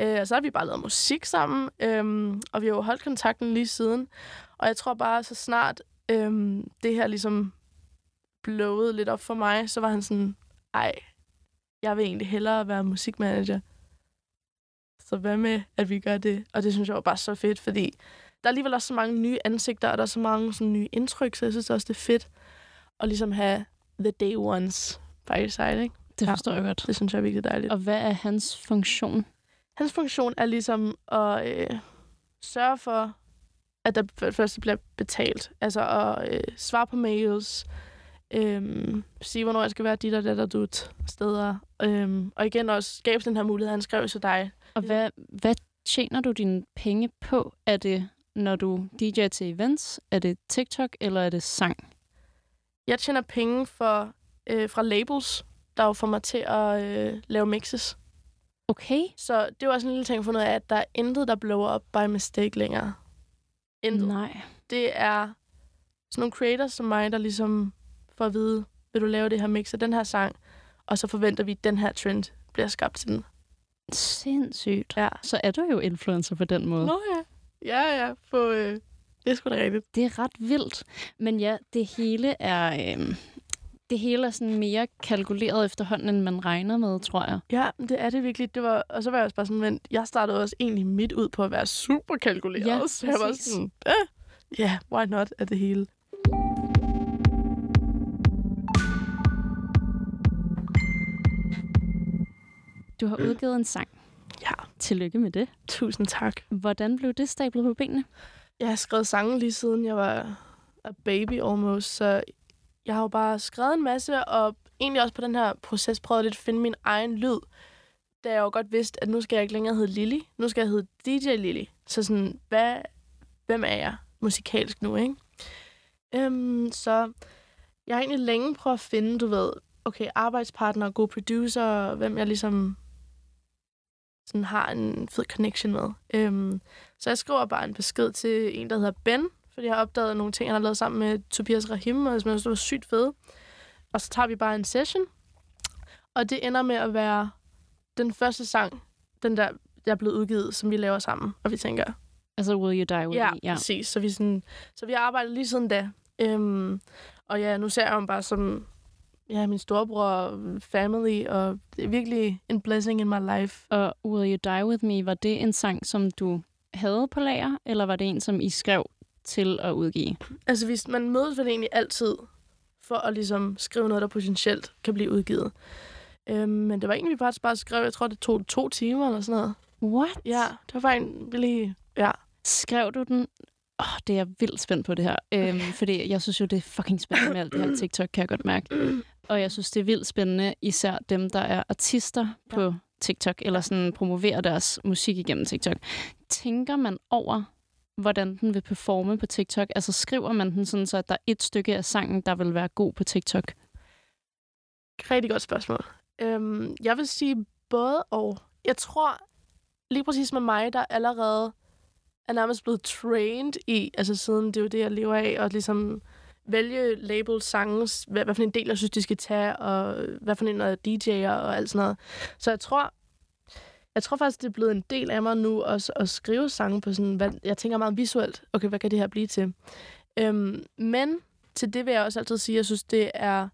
[SPEAKER 1] Øh, og så har vi bare lavet musik sammen, øhm, og vi har jo holdt kontakten lige siden. Og jeg tror bare, så snart øhm, det her ligesom blowede lidt op for mig, så var han sådan, ej, jeg vil egentlig hellere være musikmanager. Så hvad med, at vi gør det? Og det synes jeg var bare så fedt, fordi der er alligevel også så mange nye ansigter, og der er så mange sådan, nye indtryk, så jeg synes også, det er fedt at ligesom have the day ones by your side, ikke?
[SPEAKER 10] Det
[SPEAKER 1] Ja.
[SPEAKER 10] forstår jeg godt.
[SPEAKER 1] Det synes jeg er virkelig dejligt. Og
[SPEAKER 10] Og hvad er hans funktion?
[SPEAKER 1] hans funktion er ligesom at øh, sørge for, at der for det første bliver betalt. Altså at øh, svare på mails, øh, sige, hvornår jeg skal være dit og dat og dut steder. Øh, og igen også skabe den her mulighed, han skrev til dig.
[SPEAKER 10] Og hvad, hvad tjener du dine penge på? Er det, når du DJ til events? Er det TikTok, eller er det sang?
[SPEAKER 1] Jeg tjener penge for, øh, fra labels, der jo får mig til at øh, lave mixes.
[SPEAKER 10] Okay.
[SPEAKER 1] Så det var også en lille ting at finde ud af, at der er intet, der blower op by mistake længere. Intet.
[SPEAKER 10] Nej.
[SPEAKER 1] det er sådan nogle creators som mig, der ligesom får at vide, vil du lave det her mix af den her sang, og så forventer vi, at den her trend bliver skabt til den.
[SPEAKER 10] Sindssygt.
[SPEAKER 1] Ja.
[SPEAKER 10] Så er du jo influencer på den måde.
[SPEAKER 1] Nå ja. Ja, ja. På, øh, det er sgu da rigtigt.
[SPEAKER 10] Det er ret vildt. Men ja, det hele er... Øhm, det hele er sådan mere kalkuleret efterhånden, end man regner med, tror jeg.
[SPEAKER 1] Ja, men det er det virkelig. Det var, og så var jeg også bare sådan, vent, jeg startede også egentlig midt ud på at være super kalkuleret.
[SPEAKER 10] Ja,
[SPEAKER 1] så jeg var
[SPEAKER 10] præcis.
[SPEAKER 1] sådan, ja, eh, yeah, why not af det hele.
[SPEAKER 10] Du har udgivet en sang.
[SPEAKER 1] Mm. Ja.
[SPEAKER 10] Tillykke med det.
[SPEAKER 1] Tusind tak.
[SPEAKER 10] Hvordan blev det stablet på benene?
[SPEAKER 1] Jeg har skrevet sange lige siden jeg var a baby almost, så jeg har jo bare skrevet en masse, og egentlig også på den her proces prøvet lidt at finde min egen lyd, da jeg jo godt vidste, at nu skal jeg ikke længere hedde Lily, nu skal jeg hedde DJ Lily. Så sådan, hvad, hvem er jeg musikalsk nu, ikke? Øhm, så Jeg har egentlig længe prøvet at finde, du ved, okay, arbejdspartner, gode producer, hvem jeg ligesom sådan har en fed connection med. Øhm, så jeg skriver bare en besked til en, der hedder Ben, fordi jeg har opdaget nogle ting, han har lavet sammen med Tobias Rahim, og jeg synes, det var sygt fede. Og så tager vi bare en session, og det ender med at være den første sang, den der, der er blevet udgivet, som vi laver sammen. Og vi tænker,
[SPEAKER 10] Altså, Will You Die With
[SPEAKER 1] Ja,
[SPEAKER 10] Me?
[SPEAKER 1] ja, præcis. Så vi, sådan, så vi har arbejdet lige siden da. Øhm, og ja, nu ser jeg ham bare som ja, min storebror og family, og det er virkelig en blessing in my life.
[SPEAKER 10] Og Will You Die With Me, var det en sang, som du havde på lager, eller var det en, som I skrev til at udgive?
[SPEAKER 1] Altså, hvis man mødes vel egentlig altid for at ligesom skrive noget, der potentielt kan blive udgivet. Øhm, men det var egentlig bare, bare skrev, jeg tror, det tog to timer eller sådan noget.
[SPEAKER 10] What?
[SPEAKER 1] Ja, det var faktisk en billig... Ja,
[SPEAKER 10] Skrev du den? Åh, oh, det er jeg vildt spændt på det her. Øhm, fordi jeg synes jo, det er fucking spændende med alt det her TikTok, kan jeg godt mærke. Og jeg synes, det er vildt spændende, især dem, der er artister på TikTok, eller sådan promoverer deres musik igennem TikTok. Tænker man over, hvordan den vil performe på TikTok? Altså skriver man den sådan, så at der er et stykke af sangen, der vil være god på TikTok?
[SPEAKER 1] Rigtig godt spørgsmål. Øhm, jeg vil sige både og. Jeg tror lige præcis med mig, der allerede er nærmest blevet trained i, altså siden det er jo det, jeg lever af, og ligesom vælge label sange, hvad, hvad for en del, jeg synes, de skal tage, og hvad for en af DJ'er og alt sådan noget. Så jeg tror, jeg tror faktisk, det er blevet en del af mig nu også at skrive sange på sådan, hvad, jeg tænker meget visuelt, okay, hvad kan det her blive til? Øhm, men til det vil jeg også altid sige, at jeg synes, det er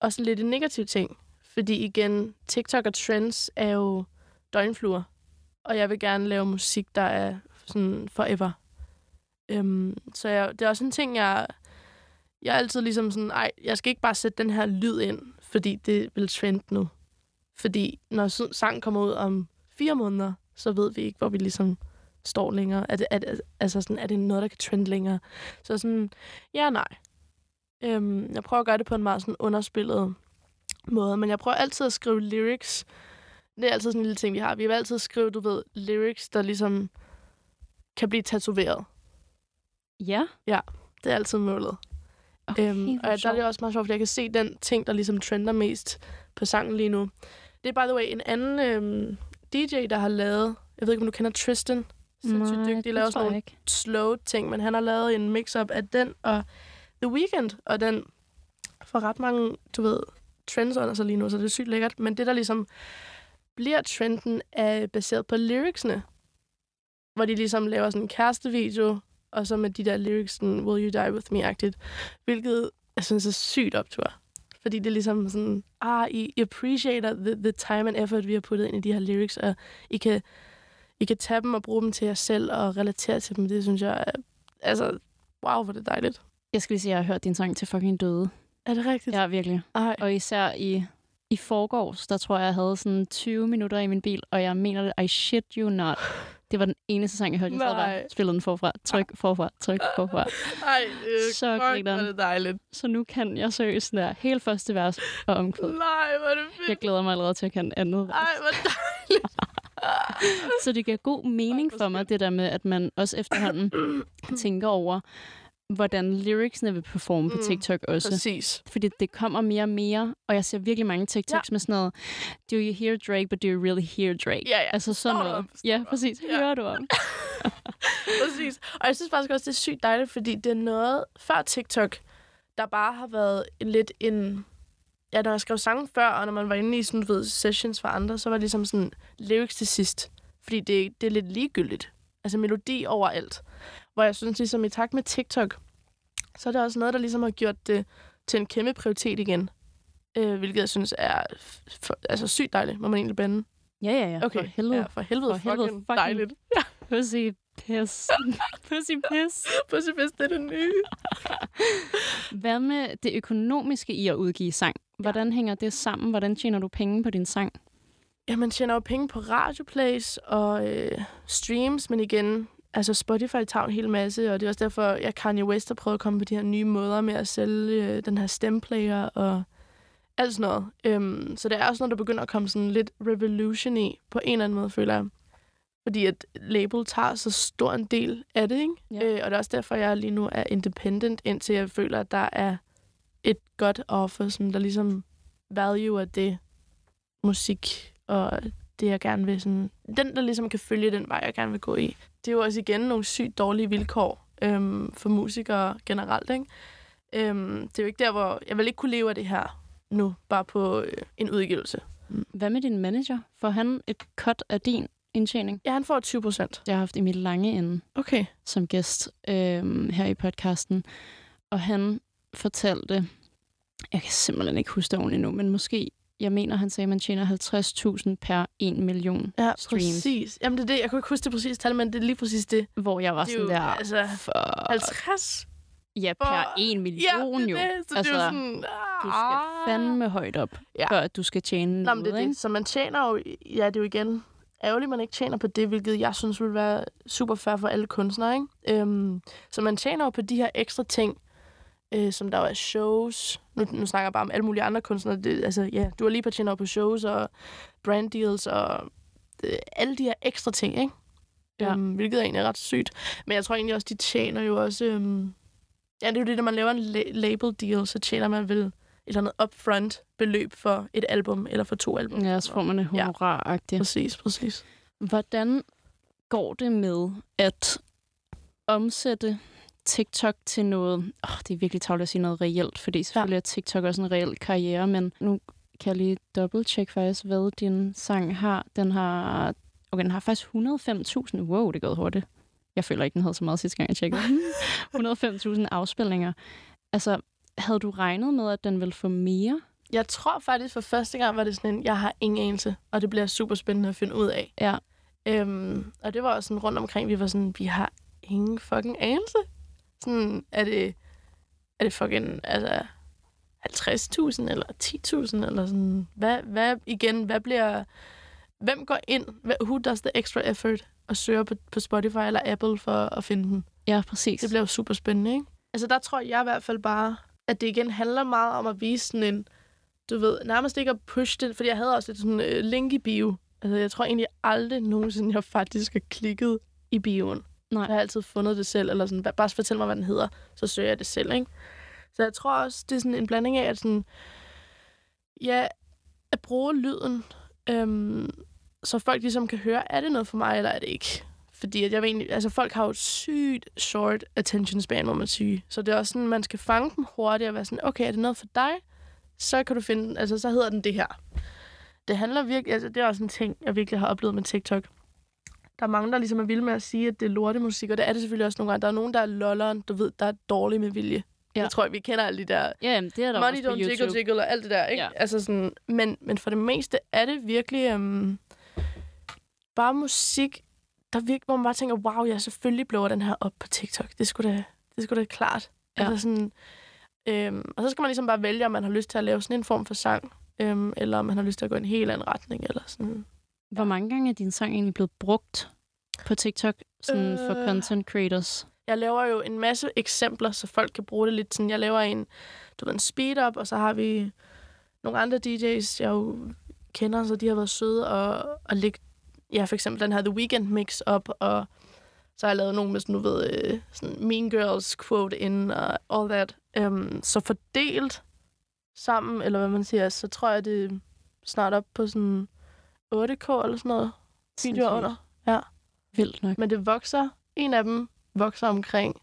[SPEAKER 1] også lidt en negativ ting. Fordi igen, TikTok og trends er jo døgnfluer. Og jeg vil gerne lave musik, der er sådan forever. Øhm, så jeg, det er også en ting, jeg, jeg er altid ligesom sådan, ej, jeg skal ikke bare sætte den her lyd ind, fordi det vil trend nu. Fordi når syd- sang kommer ud om fire måneder, så ved vi ikke, hvor vi ligesom står længere. Er det, er det, altså sådan, er det noget, der kan trend længere? Så sådan, ja og nej. Øhm, jeg prøver at gøre det på en meget sådan underspillet måde, men jeg prøver altid at skrive lyrics. Det er altid sådan en lille ting, vi har. Vi vil altid skrive, du ved, lyrics, der ligesom kan blive tatoveret.
[SPEAKER 10] Ja.
[SPEAKER 1] Det er altid målet.
[SPEAKER 10] Okay, øhm,
[SPEAKER 1] og der er det også meget sjovt, fordi jeg kan se den ting, der ligesom trender mest på sangen lige nu. Det er by the way en anden øhm, DJ, der har lavet, jeg ved ikke, om du kender Tristan? Sindssygt dygtig. Laver sådan nogle slow ting, men han har lavet en mix-up af den og The Weeknd, og den får ret mange, du ved, trends under sig lige nu, så det er sygt lækkert. Men det, der ligesom bliver trenden, er baseret på lyricsene, hvor de ligesom laver sådan en kærestevideo, og så med de der lyrics, sådan, Will You Die With Me-agtigt, hvilket jeg synes er sygt optur. Fordi det er ligesom sådan, ah, I, I appreciater the, the time and effort, vi har puttet ind i de her lyrics, og I kan, I kan tage dem og bruge dem til jer selv og relatere til dem. Det synes jeg er, altså, wow, hvor er det dejligt.
[SPEAKER 10] Jeg skal lige sige, at jeg har hørt din sang til fucking døde.
[SPEAKER 1] Er det rigtigt?
[SPEAKER 10] Ja, virkelig.
[SPEAKER 1] Ej,
[SPEAKER 10] Og især i, i forgårs, der tror jeg, jeg havde sådan 20 minutter i min bil, og jeg mener det, I shit you not. Det var den eneste sang, jeg hørte. Jeg sad bare
[SPEAKER 1] Nej.
[SPEAKER 10] og spillede den forfra. Tryk forfra, tryk forfra.
[SPEAKER 1] ej
[SPEAKER 10] øh, Så fuck, hvor er grineren. det
[SPEAKER 1] dejligt.
[SPEAKER 10] Så nu kan jeg seriøst den der hele første vers og omkvæd.
[SPEAKER 1] Nej, hvor er det
[SPEAKER 10] Jeg glæder mig allerede til, at jeg kan andet vers.
[SPEAKER 1] hvor dejligt.
[SPEAKER 10] Så det giver god mening for mig, det der med, at man også efterhånden tænker over, hvordan lyricsene vil performe på
[SPEAKER 1] Mm,
[SPEAKER 10] TikTok også.
[SPEAKER 1] Præcis.
[SPEAKER 10] fordi det kommer mere og mere, og jeg ser virkelig mange TikToks ja. med sådan noget, do you hear Drake, but do you really hear Drake?
[SPEAKER 1] Ja, ja.
[SPEAKER 10] Altså sådan
[SPEAKER 1] Står du
[SPEAKER 10] noget.
[SPEAKER 1] om, står
[SPEAKER 10] Ja,
[SPEAKER 1] du om.
[SPEAKER 10] præcis.
[SPEAKER 1] Ja.
[SPEAKER 10] Hører du om?
[SPEAKER 1] Præcis. Og jeg synes faktisk også, det er sygt dejligt, fordi det er noget før TikTok, der bare har været en lidt en... Ja, når jeg skrev sange før, og når man var inde i sådan, du ved, sessions for andre, så var det ligesom sådan lyrics til sidst. Fordi det, det er lidt ligegyldigt. Altså melodi overalt. Hvor jeg synes ligesom i takt med TikTok, så er det også noget, der ligesom har gjort det til en kæmpe prioritet igen. Øh, hvilket jeg synes er f- f- altså sygt dejligt, må man egentlig bande.
[SPEAKER 10] Ja, ja, ja. For helvede.
[SPEAKER 1] Ja, for helvede,
[SPEAKER 10] For helvede,
[SPEAKER 1] fucking,
[SPEAKER 10] fucking.
[SPEAKER 1] dejligt.
[SPEAKER 10] Pussy piss. Pussy piss.
[SPEAKER 1] Pussy Fist, det er det nye.
[SPEAKER 10] Hvad med det økonomiske i at udgive sang? Hvordan hænger det sammen? Hvordan tjener du penge på din sang?
[SPEAKER 1] Ja, man tjener jo penge på radioplays og øh, streams, men igen, altså Spotify tager en hel masse, og det er også derfor, jeg Kanye West har prøvet at komme på de her nye måder med at sælge øh, den her stemplayer og alt sådan noget. Øhm, så det er også noget, der begynder at komme sådan lidt revolution i, på en eller anden måde, føler jeg. Fordi at label tager så stor en del af det, ikke?
[SPEAKER 10] Ja.
[SPEAKER 1] Øh, og det er også derfor, jeg lige nu er independent, indtil jeg føler, at der er et godt offer, sådan, der ligesom value af det musik og det, jeg gerne vil. Sådan, den, der ligesom kan følge den vej, jeg gerne vil gå i. Det er jo også igen nogle sygt dårlige vilkår øhm, for musikere generelt. Ikke? Øhm, det er jo ikke der, hvor jeg vil ikke kunne leve af det her nu, bare på øh, en udgivelse.
[SPEAKER 10] Hvad med din manager? Får han et cut af din indtjening?
[SPEAKER 1] Ja, han får 20 procent.
[SPEAKER 10] Jeg har haft Emil Lange inde
[SPEAKER 1] Okay.
[SPEAKER 10] som gæst øh, her i podcasten, og han fortalte, jeg kan simpelthen ikke huske det ordentligt nu, men måske, jeg mener, han sagde, at man tjener 50.000 per 1 million
[SPEAKER 1] Ja,
[SPEAKER 10] streams.
[SPEAKER 1] præcis. Jamen, det er det. Jeg kunne ikke huske det præcise tal, men det er lige præcis det.
[SPEAKER 10] Hvor jeg var
[SPEAKER 1] Det er
[SPEAKER 10] sådan
[SPEAKER 1] jo,
[SPEAKER 10] der,
[SPEAKER 1] altså,
[SPEAKER 10] for,
[SPEAKER 1] 50?
[SPEAKER 10] ja,
[SPEAKER 1] for-
[SPEAKER 10] per 1 million
[SPEAKER 1] ja,
[SPEAKER 10] jo.
[SPEAKER 1] det er det. Så altså,
[SPEAKER 10] altså,
[SPEAKER 1] det er jo sådan... ah.
[SPEAKER 10] du skal fandme højt op,
[SPEAKER 1] Ja.
[SPEAKER 10] ja. før at du skal tjene
[SPEAKER 1] Nå, men det
[SPEAKER 10] noget,
[SPEAKER 1] er
[SPEAKER 10] ikke?
[SPEAKER 1] det. Så man tjener jo... Ja, det er jo igen ærgerligt, man ikke tjener på det, hvilket jeg synes ville være super fair for alle kunstnere, ikke? Øhm, så man tjener jo på de her ekstra ting, øh, som der jo er shows. Nu, nu snakker jeg bare om alle mulige andre kunstnere. Det, altså, ja, du har lige på tjener jo på shows og brand deals og øh, alle de her ekstra ting, ikke? Ja.
[SPEAKER 10] Ja.
[SPEAKER 1] Øhm, hvilket er egentlig ret sygt. Men jeg tror egentlig også, de tjener jo også... Øhm, ja, det er jo det, når man laver en la- label deal, så tjener man vel et eller andet upfront beløb for et album, eller for to album.
[SPEAKER 10] Ja, så får man det
[SPEAKER 1] Ja.
[SPEAKER 10] honorar ja.
[SPEAKER 1] Præcis, præcis.
[SPEAKER 10] Hvordan går det med at omsætte TikTok til noget... Oh, det er virkelig tavligt at sige noget reelt, fordi selvfølgelig er TikTok også en reel karriere, men nu kan jeg lige dobbelt-check faktisk, hvad din sang har. Den har, okay, den har faktisk 105.000. Wow, det er gået hurtigt. Jeg føler ikke, den havde så meget sidste gang, jeg tjekkede. 105.000 afspilninger. Altså, havde du regnet med, at den ville få mere?
[SPEAKER 1] Jeg tror faktisk, for første gang var det sådan en, jeg har ingen anelse, og det bliver super spændende at finde ud af.
[SPEAKER 10] Ja.
[SPEAKER 1] Øhm, og det var også sådan rundt omkring, vi var sådan, vi har ingen fucking anelse. Sådan, er det, er det fucking, altså, 50.000 eller 10.000 eller sådan, hvad, hvad, igen, hvad bliver, hvem går ind, hvad, who does the extra effort og søger på, på Spotify eller Apple for at finde den?
[SPEAKER 10] Ja, præcis.
[SPEAKER 1] Det bliver jo super spændende, ikke? Altså, der tror jeg i hvert fald bare, at det igen handler meget om at vise sådan en, du ved, nærmest ikke at pushe det, fordi jeg havde også lidt sådan øh, link i bio. Altså, jeg tror egentlig aldrig nogensinde, jeg faktisk har klikket i bioen.
[SPEAKER 10] Nej.
[SPEAKER 1] Jeg har altid fundet det selv, eller sådan, "Hva- bare fortæl mig, hvad den hedder, så søger jeg det selv, ikke? Så jeg tror også, det er sådan en blanding af, at sådan, ja, at bruge lyden, øhm, så folk ligesom kan høre, er det noget for mig, eller er det ikke? Fordi at jeg vil egentlig, altså folk har jo et sygt short attention span, må man sige. Så det er også sådan, man skal fange dem hurtigt og være sådan, okay, er det noget for dig? Så kan du finde den, altså så hedder den det her. Det handler virkelig, altså det er også en ting, jeg virkelig har oplevet med TikTok. Der er mange, der ligesom er vilde med at sige, at det er lortemusik, og det er det selvfølgelig også nogle gange. Der er nogen, der er lolleren, du ved, der er dårlig med vilje. Ja.
[SPEAKER 10] Ja.
[SPEAKER 1] Jeg tror, vi kender alle de der
[SPEAKER 10] Ja, jamen, det er der
[SPEAKER 1] Money
[SPEAKER 10] også på
[SPEAKER 1] don't jiggle
[SPEAKER 10] YouTube.
[SPEAKER 1] jiggle og alt det der, ikke? Ja.
[SPEAKER 10] Ja.
[SPEAKER 1] Altså sådan, men, men for det meste er det virkelig øhm, bare musik, der virkelig, hvor man bare tænker, wow, ja, selvfølgelig blåer den her op på TikTok. Det skulle da, det skulle da klart. Ja.
[SPEAKER 10] Ja.
[SPEAKER 1] Altså sådan, øhm, og så skal man ligesom bare vælge, om man har lyst til at lave sådan en form for sang, øhm, eller om man har lyst til at gå i en helt anden retning, eller sådan.
[SPEAKER 10] Hvor mange gange er din sang egentlig blevet brugt på TikTok sådan øh... for
[SPEAKER 1] Øh.
[SPEAKER 10] content creators?
[SPEAKER 1] Jeg laver jo en masse eksempler, så folk kan bruge det lidt. Sådan, jeg laver en, du ved, en speed-up, og så har vi nogle andre DJ's, jeg jo kender, så de har været søde og, og lægge, ja, for eksempel den her The Weekend Mix op, og så har jeg lavet nogle med sådan, du ved, øh, sådan Mean Girls quote in og all that. Um, så fordelt sammen, eller hvad man siger, så tror jeg, det er snart op på sådan 8k eller sådan noget. Videoer
[SPEAKER 10] Sindssygt.
[SPEAKER 1] under.
[SPEAKER 10] Vildt nok.
[SPEAKER 1] Men det vokser. En af dem vokser omkring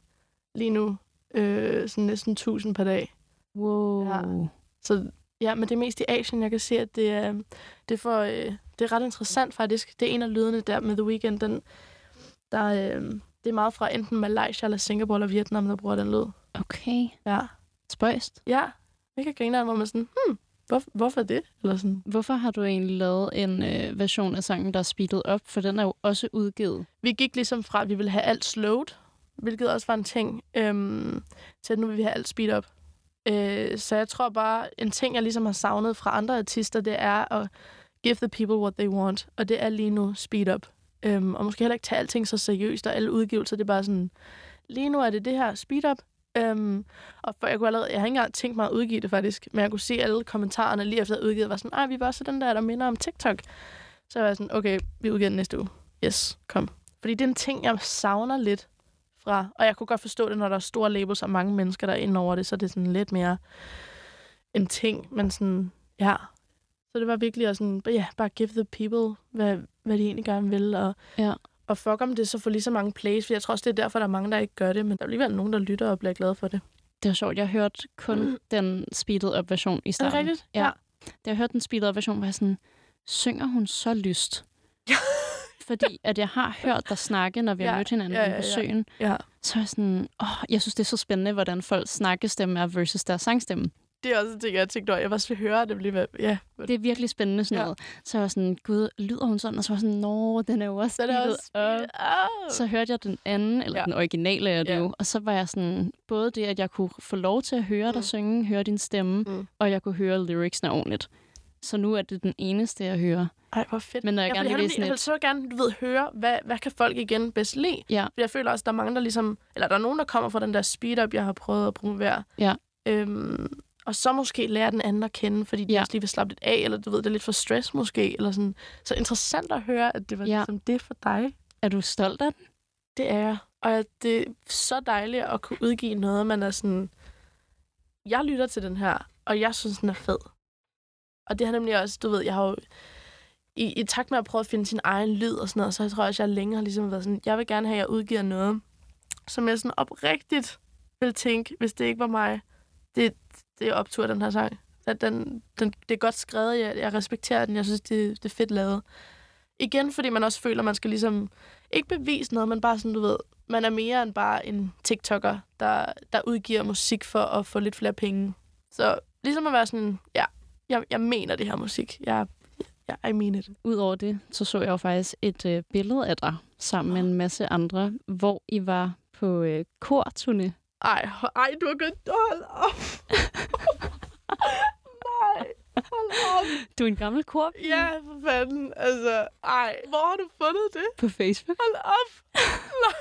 [SPEAKER 1] lige nu øh, sådan næsten 1000 per dag.
[SPEAKER 10] Wow.
[SPEAKER 1] Ja. Så ja, men det er mest i Asien, jeg kan se, at det er, det er, for, øh, det er ret interessant faktisk. Det er en af lydene der med The Weeknd. Den, der, øh, det er meget fra enten Malaysia eller Singapore eller Vietnam, der bruger den lyd.
[SPEAKER 10] Okay.
[SPEAKER 1] Ja,
[SPEAKER 10] Spøjst.
[SPEAKER 1] ja. Mega griner, hvor man sådan, hmm, hvor, hvorfor det? Eller sådan.
[SPEAKER 10] Hvorfor har du egentlig lavet en øh, version af sangen, der er speedet op? For den er jo også udgivet.
[SPEAKER 1] vi gik ligesom fra, at vi ville have alt slowed, hvilket også var en ting, øhm, til at nu vil vi have alt speed up. Øh, så jeg tror bare, en ting, jeg ligesom har savnet fra andre artister, det er at give the people what they want, og det er lige nu speed up. Øhm, og måske heller ikke tage alting så seriøst, og alle udgivelser, det er bare sådan, lige nu er det det her speed up, øhm, og for, jeg, kunne allerede, jeg har ikke engang tænkt mig at udgive det faktisk, men jeg kunne se alle kommentarerne lige efter at udgivet, var sådan, nej, vi var også den der, der minder om TikTok. Så jeg var sådan, okay, vi udgiver den næste uge. Yes, kom. Fordi det er en ting, jeg savner lidt fra. Og jeg kunne godt forstå det, når der er store labels og mange mennesker, der er inde over det, så er det sådan lidt mere en ting, men sådan, ja. Så det var virkelig at sådan, ja, bare give the people, hvad, hvad de egentlig gerne vil, og,
[SPEAKER 10] Ja.
[SPEAKER 1] og fuck om det så får lige så mange plays, for jeg tror også, det er derfor, der er mange, der ikke gør det, men der er alligevel nogen, der lytter og bliver glade for det.
[SPEAKER 10] Det var sjovt, jeg hørte kun mm. den speeded up version i
[SPEAKER 1] Er
[SPEAKER 10] starten.
[SPEAKER 1] det rigtigt?
[SPEAKER 10] Ja. Da jeg hørte den speeded up version, var jeg sådan, synger hun så lyst? Fordi at jeg har hørt dig snakke, når vi har
[SPEAKER 1] Ja,
[SPEAKER 10] mødt hinanden
[SPEAKER 1] ja,
[SPEAKER 10] ja,
[SPEAKER 1] ja,
[SPEAKER 10] på
[SPEAKER 1] ja.
[SPEAKER 10] søen.
[SPEAKER 1] ja.
[SPEAKER 10] Så er jeg sådan, åh, jeg synes, det er så spændende, hvordan folk snakkestemme er versus deres sangstemme.
[SPEAKER 1] Det er også en ting, jeg tænkte over. Jeg var så høre det lige hvad, ja.
[SPEAKER 10] Det er virkelig spændende sådan
[SPEAKER 1] Ja.
[SPEAKER 10] noget. Så jeg var sådan, gud, lyder hun sådan? Og så var jeg sådan, nå, den er jo også,
[SPEAKER 1] Så er det
[SPEAKER 10] speedet
[SPEAKER 1] også...
[SPEAKER 10] up."
[SPEAKER 1] Oh.
[SPEAKER 10] Så hørte jeg den anden, eller ja.
[SPEAKER 1] Ja.
[SPEAKER 10] den originale er det ja.
[SPEAKER 1] Ja.
[SPEAKER 10] jo, og så var jeg sådan, både det, at jeg kunne få lov til at høre dig mm. synge, høre din stemme, mm.
[SPEAKER 1] Mm.
[SPEAKER 10] og jeg kunne høre lyricsene ordentligt. Så nu er det den eneste, jeg hører.
[SPEAKER 1] Ej, hvor fedt.
[SPEAKER 10] Men når jeg gerne
[SPEAKER 1] fordi
[SPEAKER 10] vil
[SPEAKER 1] vil-
[SPEAKER 10] sådan
[SPEAKER 1] jeg vil
[SPEAKER 10] et-
[SPEAKER 1] så gerne, du ved, høre, hvad, hvad kan folk igen bedst lide?
[SPEAKER 10] Ja.
[SPEAKER 1] For jeg føler også, der er mange, der ligesom... Eller der er nogen, der kommer fra den der speed-up, jeg har prøvet at promovere.
[SPEAKER 10] Ja.
[SPEAKER 1] Øhm, og så måske lære den anden at kende, fordi de
[SPEAKER 10] Ja.
[SPEAKER 1] ja. også lige vil slappe lidt af, eller du ved, det er lidt for stress måske, eller sådan. Så interessant at høre, at det var
[SPEAKER 10] Ja.
[SPEAKER 1] ja. ligesom det for dig.
[SPEAKER 10] Er du stolt af den?
[SPEAKER 1] Det er jeg. Og at det er så dejligt at kunne udgive noget, man er sådan... Jeg lytter til den her, og jeg synes, den er fed. Og det har nemlig også, du ved, jeg har jo... I, I takt med at prøve at finde sin egen lyd og sådan noget, så jeg tror også, jeg længe har ligesom været sådan, jeg vil gerne have, at jeg udgiver noget, som jeg sådan oprigtigt vil tænke, hvis det ikke var mig. Det, det er optur, den her sang. At den, den, det er godt skrevet, jeg, jeg respekterer den, jeg synes, det, det er fedt lavet. Igen, fordi man også føler, man skal ligesom ikke bevise noget, men bare sådan, du ved, man er mere end bare en TikToker, der, der udgiver musik for at få lidt flere penge. Så ligesom at være sådan, ja, jeg, jeg mener det her musik. Jeg, jeg, I mean it.
[SPEAKER 10] Udover det, så så jeg jo faktisk et øh, billede af dig, sammen med en masse andre, hvor I var på øh, korturné.
[SPEAKER 1] Ej, ho- ej du har gået, hold op. Nej, hold op.
[SPEAKER 10] Du er en gammel kor
[SPEAKER 1] Ja, for fanden. Altså, ej, hvor har du fundet det?
[SPEAKER 10] på Facebook.
[SPEAKER 1] Hold op. Nej.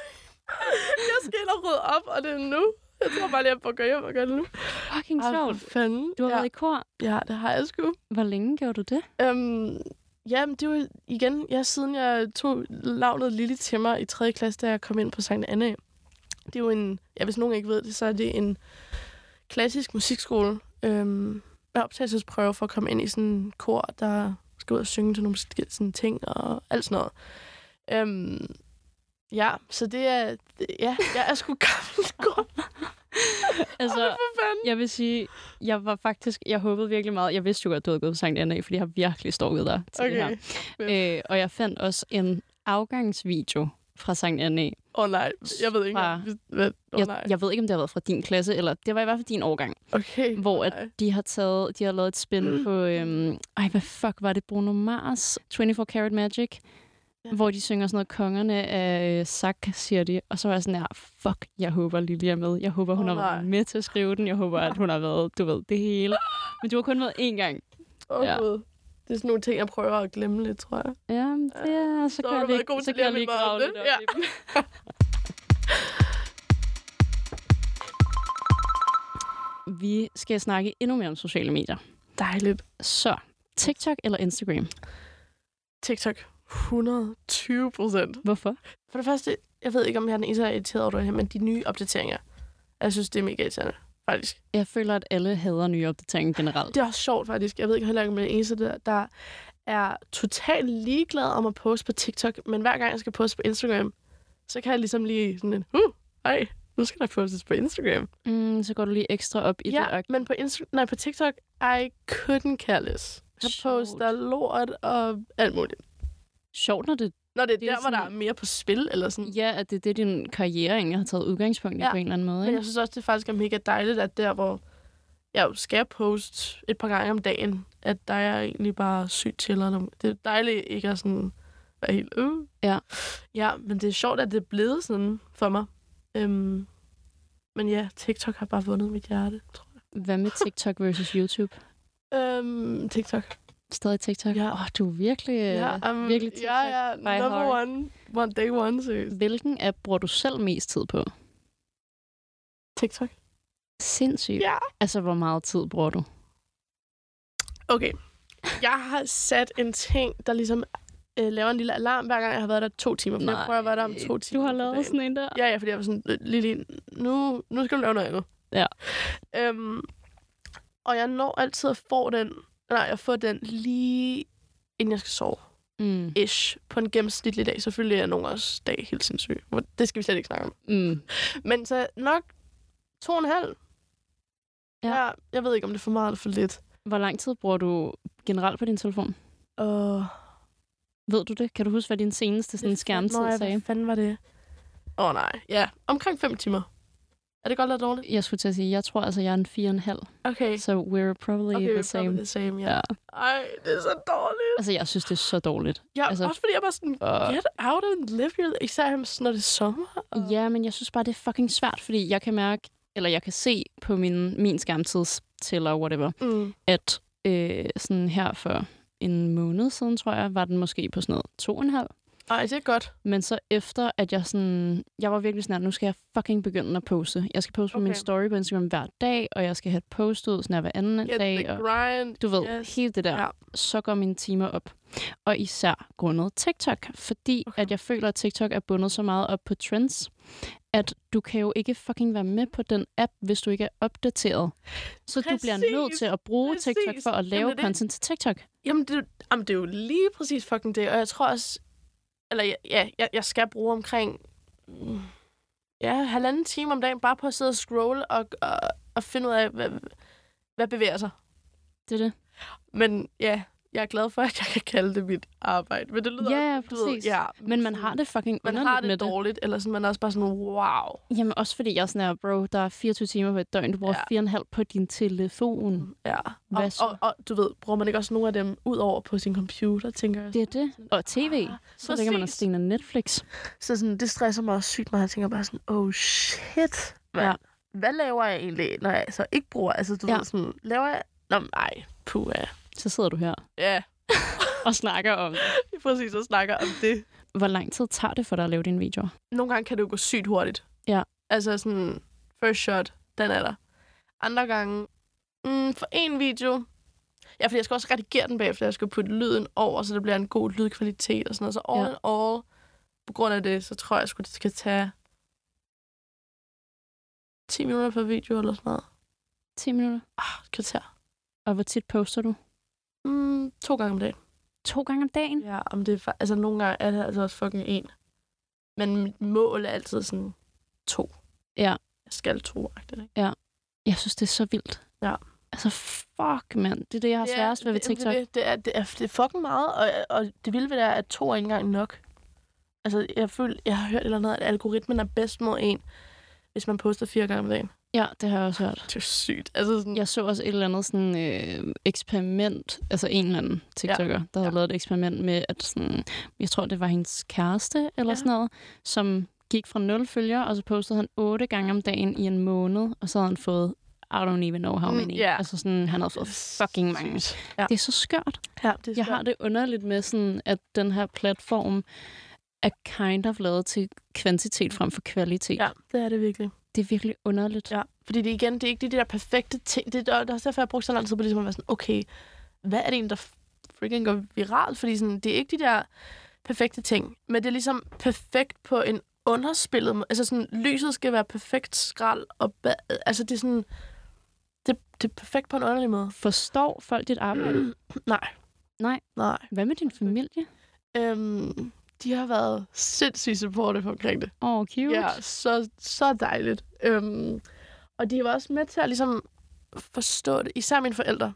[SPEAKER 1] Jeg skal ind og rydde op, og det er nu. Jeg tror bare lige, at jeg går hjem og gør det nu.
[SPEAKER 10] Fucking sjovt.
[SPEAKER 1] fanden.
[SPEAKER 10] Du har ja.
[SPEAKER 1] ja.
[SPEAKER 10] været i kor.
[SPEAKER 1] ja, det har jeg sgu.
[SPEAKER 10] Hvor længe gjorde du det?
[SPEAKER 1] Øhm, ja, men det var igen, ja, siden jeg tog navnet Lille til mig i 3. klasse, da jeg kom ind på Sankt Anna. Det er jo en, ja, hvis nogen ikke ved det, så er det en klassisk musikskole øhm, med optagelsesprøve for at komme ind i sådan en kor, der skal ud og synge til nogle forskellige sådan ting og alt sådan noget. Øhm, ja, så det er, det- ja, jeg er sgu gammel kor.
[SPEAKER 10] Altså, jeg vil sige, jeg var faktisk, jeg håbede virkelig meget. Jeg vidste jo godt, du havde gået på Sankt Anna, fordi jeg har virkelig stalket dig til okay. det her. Øh, og jeg fandt også en afgangsvideo fra Sankt Anna.
[SPEAKER 1] Åh oh, nej, jeg ved ikke
[SPEAKER 10] Fra-
[SPEAKER 1] engang. hvis- hvad- Åh oh, nej.
[SPEAKER 10] jeg, jeg ved ikke, om det har været fra din klasse, eller det var i hvert fald din årgang,
[SPEAKER 1] Okay.
[SPEAKER 10] hvor at
[SPEAKER 1] nej.
[SPEAKER 10] de har taget, de har lavet et spil mm. på, øhm, ej, hvad fuck var det, Bruno Mars, 24 Karat Magic,
[SPEAKER 1] Ja.
[SPEAKER 10] hvor de synger sådan noget, kongerne af øh, Sak, siger de. Og så var jeg sådan her, fuck, jeg håber Lili er med. Jeg håber, hun
[SPEAKER 1] Åh,
[SPEAKER 10] oh, har været
[SPEAKER 1] nej.
[SPEAKER 10] med til at skrive den. Jeg håber, at hun har været, du ved, det hele. Men du har kun været én gang.
[SPEAKER 1] Åh, oh,
[SPEAKER 10] Ja.
[SPEAKER 1] ja. Det er sådan nogle ting, jeg prøver at glemme lidt, tror jeg.
[SPEAKER 10] Ja, det er, så,
[SPEAKER 1] Så
[SPEAKER 10] kan
[SPEAKER 1] har
[SPEAKER 10] jeg
[SPEAKER 1] du været
[SPEAKER 10] lige-
[SPEAKER 1] god
[SPEAKER 10] så
[SPEAKER 1] til
[SPEAKER 10] kan jeg
[SPEAKER 1] lige
[SPEAKER 10] lige
[SPEAKER 1] at minde mig
[SPEAKER 10] grave
[SPEAKER 1] om
[SPEAKER 10] lidt
[SPEAKER 1] det.
[SPEAKER 10] op
[SPEAKER 1] Ja.
[SPEAKER 10] i dem. Vi skal snakke endnu mere om sociale medier.
[SPEAKER 1] Dejligt.
[SPEAKER 10] Så, TikTok eller Instagram?
[SPEAKER 1] TikTok. 120 procent.
[SPEAKER 10] Hvorfor?
[SPEAKER 1] For det første, jeg ved ikke, om jeg er den eneste, der er irriteret over det her, men de nye opdateringer. Jeg synes, det er mega irriterende, faktisk.
[SPEAKER 10] Jeg føler, at alle hader nye opdateringer generelt.
[SPEAKER 1] Det er også sjovt, faktisk. Jeg ved ikke heller ikke, om jeg er den eneste, der, der er totalt ligeglad om at poste på TikTok, men hver gang jeg skal poste på Instagram, så kan jeg ligesom lige sådan en, uh, ej, nu skal der postes på Instagram.
[SPEAKER 10] Mm, så går du lige ekstra op i det.
[SPEAKER 1] ja,
[SPEAKER 10] og-
[SPEAKER 1] men på, Insta- nej, på TikTok, I couldn't care less. Jeg
[SPEAKER 10] Sjovt.
[SPEAKER 1] poster lort og alt muligt.
[SPEAKER 10] Sjovt, når det,
[SPEAKER 1] Når det er,
[SPEAKER 10] Det er
[SPEAKER 1] det er der, hvor der
[SPEAKER 10] sådan-
[SPEAKER 1] er mere på spil, eller sådan.
[SPEAKER 10] ja, at det er det, din karriere egentlig har taget udgangspunkt i ja.
[SPEAKER 1] Ja,
[SPEAKER 10] på en eller anden måde.
[SPEAKER 1] Men
[SPEAKER 10] Ikke?
[SPEAKER 1] jeg synes også, det faktisk er mega dejligt, at der, hvor jeg jo skal poste et par gange om dagen, at der er jeg egentlig bare sygt til. Eller det er dejligt ikke at sådan være helt øh.
[SPEAKER 10] Ja.
[SPEAKER 1] Ja, men det er sjovt, at det er blevet sådan for mig. Øhm, men ja, TikTok har bare vundet mit hjerte, tror jeg.
[SPEAKER 10] Hvad med TikTok versus YouTube?
[SPEAKER 1] Øhm, TikTok.
[SPEAKER 10] Stadig TikTok?
[SPEAKER 1] Ja.
[SPEAKER 10] Åh, oh, du er virkelig, ja, um,
[SPEAKER 1] um,
[SPEAKER 10] virkelig TikTok.
[SPEAKER 1] Ja, ja,
[SPEAKER 10] by
[SPEAKER 1] number
[SPEAKER 10] heart.
[SPEAKER 1] one. One day one, seriøst.
[SPEAKER 10] Hvilken app bruger du selv mest tid på?
[SPEAKER 1] TikTok.
[SPEAKER 10] Sindssygt.
[SPEAKER 1] Ja.
[SPEAKER 10] Altså, hvor meget tid bruger du?
[SPEAKER 1] Okay. Jeg har sat en ting, der ligesom øh, laver en lille alarm, hver gang jeg har været der to timer. For jeg prøver at være der om to timer.
[SPEAKER 10] Du har
[SPEAKER 1] om
[SPEAKER 10] lavet
[SPEAKER 1] dagen.
[SPEAKER 10] sådan en der.
[SPEAKER 1] Ja, ja, fordi jeg var sådan, øh, Lili, nu, nu skal du lave noget andet.
[SPEAKER 10] Ja.
[SPEAKER 1] Øhm, og jeg når altid at få den, nej, jeg får den lige inden jeg skal sove.
[SPEAKER 10] Mm.
[SPEAKER 1] Ish. På en gennemsnitlig dag. Selvfølgelig er nogen også dag helt sindssyg. Hvor- Det skal vi slet ikke snakke om.
[SPEAKER 10] Mm.
[SPEAKER 1] Men så nok to og en halv.
[SPEAKER 10] Ja.
[SPEAKER 1] Jeg, jeg ved ikke, om det er for meget eller for lidt.
[SPEAKER 10] Hvor lang tid bruger du generelt på din telefon?
[SPEAKER 1] Og
[SPEAKER 10] Ved du det? Kan du huske, hvad din seneste sådan, skærmtid
[SPEAKER 1] Nå, ja,
[SPEAKER 10] sagde?
[SPEAKER 1] hvad fanden var det? Åh oh, nej. Ja, omkring 5 timer. Er det godt eller dårligt?
[SPEAKER 10] Jeg skulle til at sige, jeg tror altså, jeg er en fire og en halv.
[SPEAKER 1] Okay.
[SPEAKER 10] Så we're probably
[SPEAKER 1] Okay, we're
[SPEAKER 10] okay, the same.
[SPEAKER 1] probably the same, ja.
[SPEAKER 10] Ja.
[SPEAKER 1] Ej, det er så dårligt.
[SPEAKER 10] Altså, jeg synes, det er så dårligt.
[SPEAKER 1] Ja,
[SPEAKER 10] altså-
[SPEAKER 1] altså, også fordi jeg bare sådan,
[SPEAKER 10] Uh.
[SPEAKER 1] get out and live your life. Især når det er sommer. Og...
[SPEAKER 10] Ja, men jeg synes bare, det er fucking svært, fordi jeg kan mærke, eller jeg kan se på min, min skærmtidstæller, whatever,
[SPEAKER 1] Mm.
[SPEAKER 10] at øh, sådan her for en måned siden, tror jeg, var den måske på sådan noget to og en halv.
[SPEAKER 1] Ej, det er godt.
[SPEAKER 10] Men så efter, at jeg sådan... Jeg var virkelig sådan, at nu skal jeg fucking begynde at poste. Jeg skal poste på min
[SPEAKER 1] Okay.
[SPEAKER 10] story på Instagram hver dag, og jeg skal have et post ud sådan her hver anden
[SPEAKER 1] Get
[SPEAKER 10] dag.
[SPEAKER 1] the
[SPEAKER 10] Og,
[SPEAKER 1] grind.
[SPEAKER 10] du ved,
[SPEAKER 1] Yes.
[SPEAKER 10] yes. hele det der.
[SPEAKER 1] Ja.
[SPEAKER 10] Så går mine timer op. Og især grundet TikTok, fordi okay.
[SPEAKER 1] Okay.
[SPEAKER 10] at jeg føler, at TikTok er bundet så meget op på trends, at du kan jo ikke fucking være med på den app, hvis du ikke er opdateret. Så Præcis. du bliver nødt
[SPEAKER 1] Præcis.
[SPEAKER 10] til at bruge Præcis.
[SPEAKER 1] Præcis.
[SPEAKER 10] TikTok for at lave
[SPEAKER 1] Jamen, det er det.
[SPEAKER 10] content til TikTok.
[SPEAKER 1] Jamen det, er jo- jamen, det er jo lige præcis fucking det. Og jeg tror også... Eller ja, ja jeg, jeg skal bruge omkring... mm, Ja, halvanden time om dagen bare på at sidde og scrolle og, og, og finde ud af, hvad, hvad bevæger sig.
[SPEAKER 10] Det er det.
[SPEAKER 1] Men ja, jeg er glad for, at jeg kan kalde det mit arbejde. Men det lyder
[SPEAKER 10] Ja, ja,
[SPEAKER 1] også- du ved,
[SPEAKER 10] præcis.
[SPEAKER 1] ja,
[SPEAKER 10] Men man har det fucking
[SPEAKER 1] man
[SPEAKER 10] underligt
[SPEAKER 1] har det
[SPEAKER 10] med det.
[SPEAKER 1] dårligt, eller sådan, man er også bare sådan, wow.
[SPEAKER 10] Jamen også fordi jeg er sådan her, bro, der er 24 timer på et døgn, du bruger
[SPEAKER 1] Ja.
[SPEAKER 10] fire og en halv på din telefon.
[SPEAKER 1] Ja.
[SPEAKER 10] Hvad
[SPEAKER 1] Og,
[SPEAKER 10] så?
[SPEAKER 1] og, og, du ved, bruger man ikke også nogle af dem ud over på sin computer, tænker jeg.
[SPEAKER 10] Det er det. Og tv. Så ligger man og
[SPEAKER 1] præcis.
[SPEAKER 10] stener Netflix.
[SPEAKER 1] Så sådan, det stresser mig også sygt meget. Jeg tænker bare sådan, oh shit. Hvad,
[SPEAKER 10] Ja.
[SPEAKER 1] ja. hvad laver jeg egentlig, når jeg så ikke bruger? Altså, du
[SPEAKER 10] Ja.
[SPEAKER 1] ja. ved sådan, laver jeg... Nå, men ej, puh, ja.
[SPEAKER 10] Så sidder du her
[SPEAKER 1] Ja,
[SPEAKER 10] og snakker om,
[SPEAKER 1] præcis, og snakker om det.
[SPEAKER 10] hvor lang tid tager det for dig at lave dine videoer?
[SPEAKER 1] Nogle gange kan det jo gå sygt hurtigt.
[SPEAKER 10] Ja.
[SPEAKER 1] Altså sådan, first shot, den er der. Andre gange, mm, for en video... Ja, fordi jeg skal også redigere den bagefter. Jeg skal putte lyden over, så det bliver en god lydkvalitet og sådan noget. Så all
[SPEAKER 10] Ja.
[SPEAKER 1] ja. in all, på grund af det, så tror jeg, sgu, det skal tage 10 minutter per video eller sådan noget.
[SPEAKER 10] 10 minutter.
[SPEAKER 1] Ah, kvarter.
[SPEAKER 10] Og hvor tit poster du?
[SPEAKER 1] Mm, to gange om dagen.
[SPEAKER 10] To gange om dagen?
[SPEAKER 1] Ja, om det er, fa- altså nogle gange er det altså også fucking en. Men mit mål er altid sådan to.
[SPEAKER 10] Ja.
[SPEAKER 1] Jeg skal to, agtigt, ikke?
[SPEAKER 10] Jeg synes, det er så vildt.
[SPEAKER 1] Ja.
[SPEAKER 10] Altså, fuck, mand. Det er det, jeg har sværest ved ved TikTok.
[SPEAKER 1] Det, det, det, er, det, er, det er fucking meget, og, og det vilde ved det er, at to er ikke engang nok. Altså, jeg føler, jeg har hørt et eller andet, at algoritmen er bedst mod en, hvis man poster fire gange om dagen.
[SPEAKER 10] Ja, det har jeg også hørt.
[SPEAKER 1] Det er sygt. Altså sådan,
[SPEAKER 10] Jeg så også et eller andet sådan, øh, eksperiment, altså en eller anden TikToker, ja. der havde ja. lavet et eksperiment med, at sådan, jeg tror, det var hendes kæreste eller ja.
[SPEAKER 1] Ja.
[SPEAKER 10] sådan noget, som gik fra 0 følgere, og så postede han otte gange om dagen i en måned, og så havde han fået, I don't even know how
[SPEAKER 1] Mm,
[SPEAKER 10] many.
[SPEAKER 1] ja.
[SPEAKER 10] Altså sådan, han havde fået fucking mange.
[SPEAKER 1] Sygt. Ja.
[SPEAKER 10] Det er så skørt.
[SPEAKER 1] ja, det er
[SPEAKER 10] Jeg har det underligt med sådan, at den her platform er kind of lavet til kvantitet frem for kvalitet.
[SPEAKER 1] Ja, det er det virkelig.
[SPEAKER 10] Det er virkelig underligt.
[SPEAKER 1] Ja, fordi det igen, det er ikke de der perfekte ting. Det er det er også derfor, jeg har brugt så lang tid på ligesom at være sådan, okay, hvad er det en, der freaking går viralt? Fordi sådan, det er ikke de der perfekte ting, men det er ligesom perfekt på en underspillet måde. Altså sådan, lyset skal være perfekt skrald, og ba- altså det er sådan, det, det er perfekt på en underlig måde.
[SPEAKER 10] Forstår folk dit arbejde?
[SPEAKER 1] Nej.
[SPEAKER 10] Nej.
[SPEAKER 1] Nej.
[SPEAKER 10] Hvad med din familie?
[SPEAKER 1] Øhm, de har været sindssygt supportive omkring det.
[SPEAKER 10] Åh, oh, cute.
[SPEAKER 1] Ja, så, så dejligt. Øhm, og de var også med til at ligesom forstå det. Især mine forældre.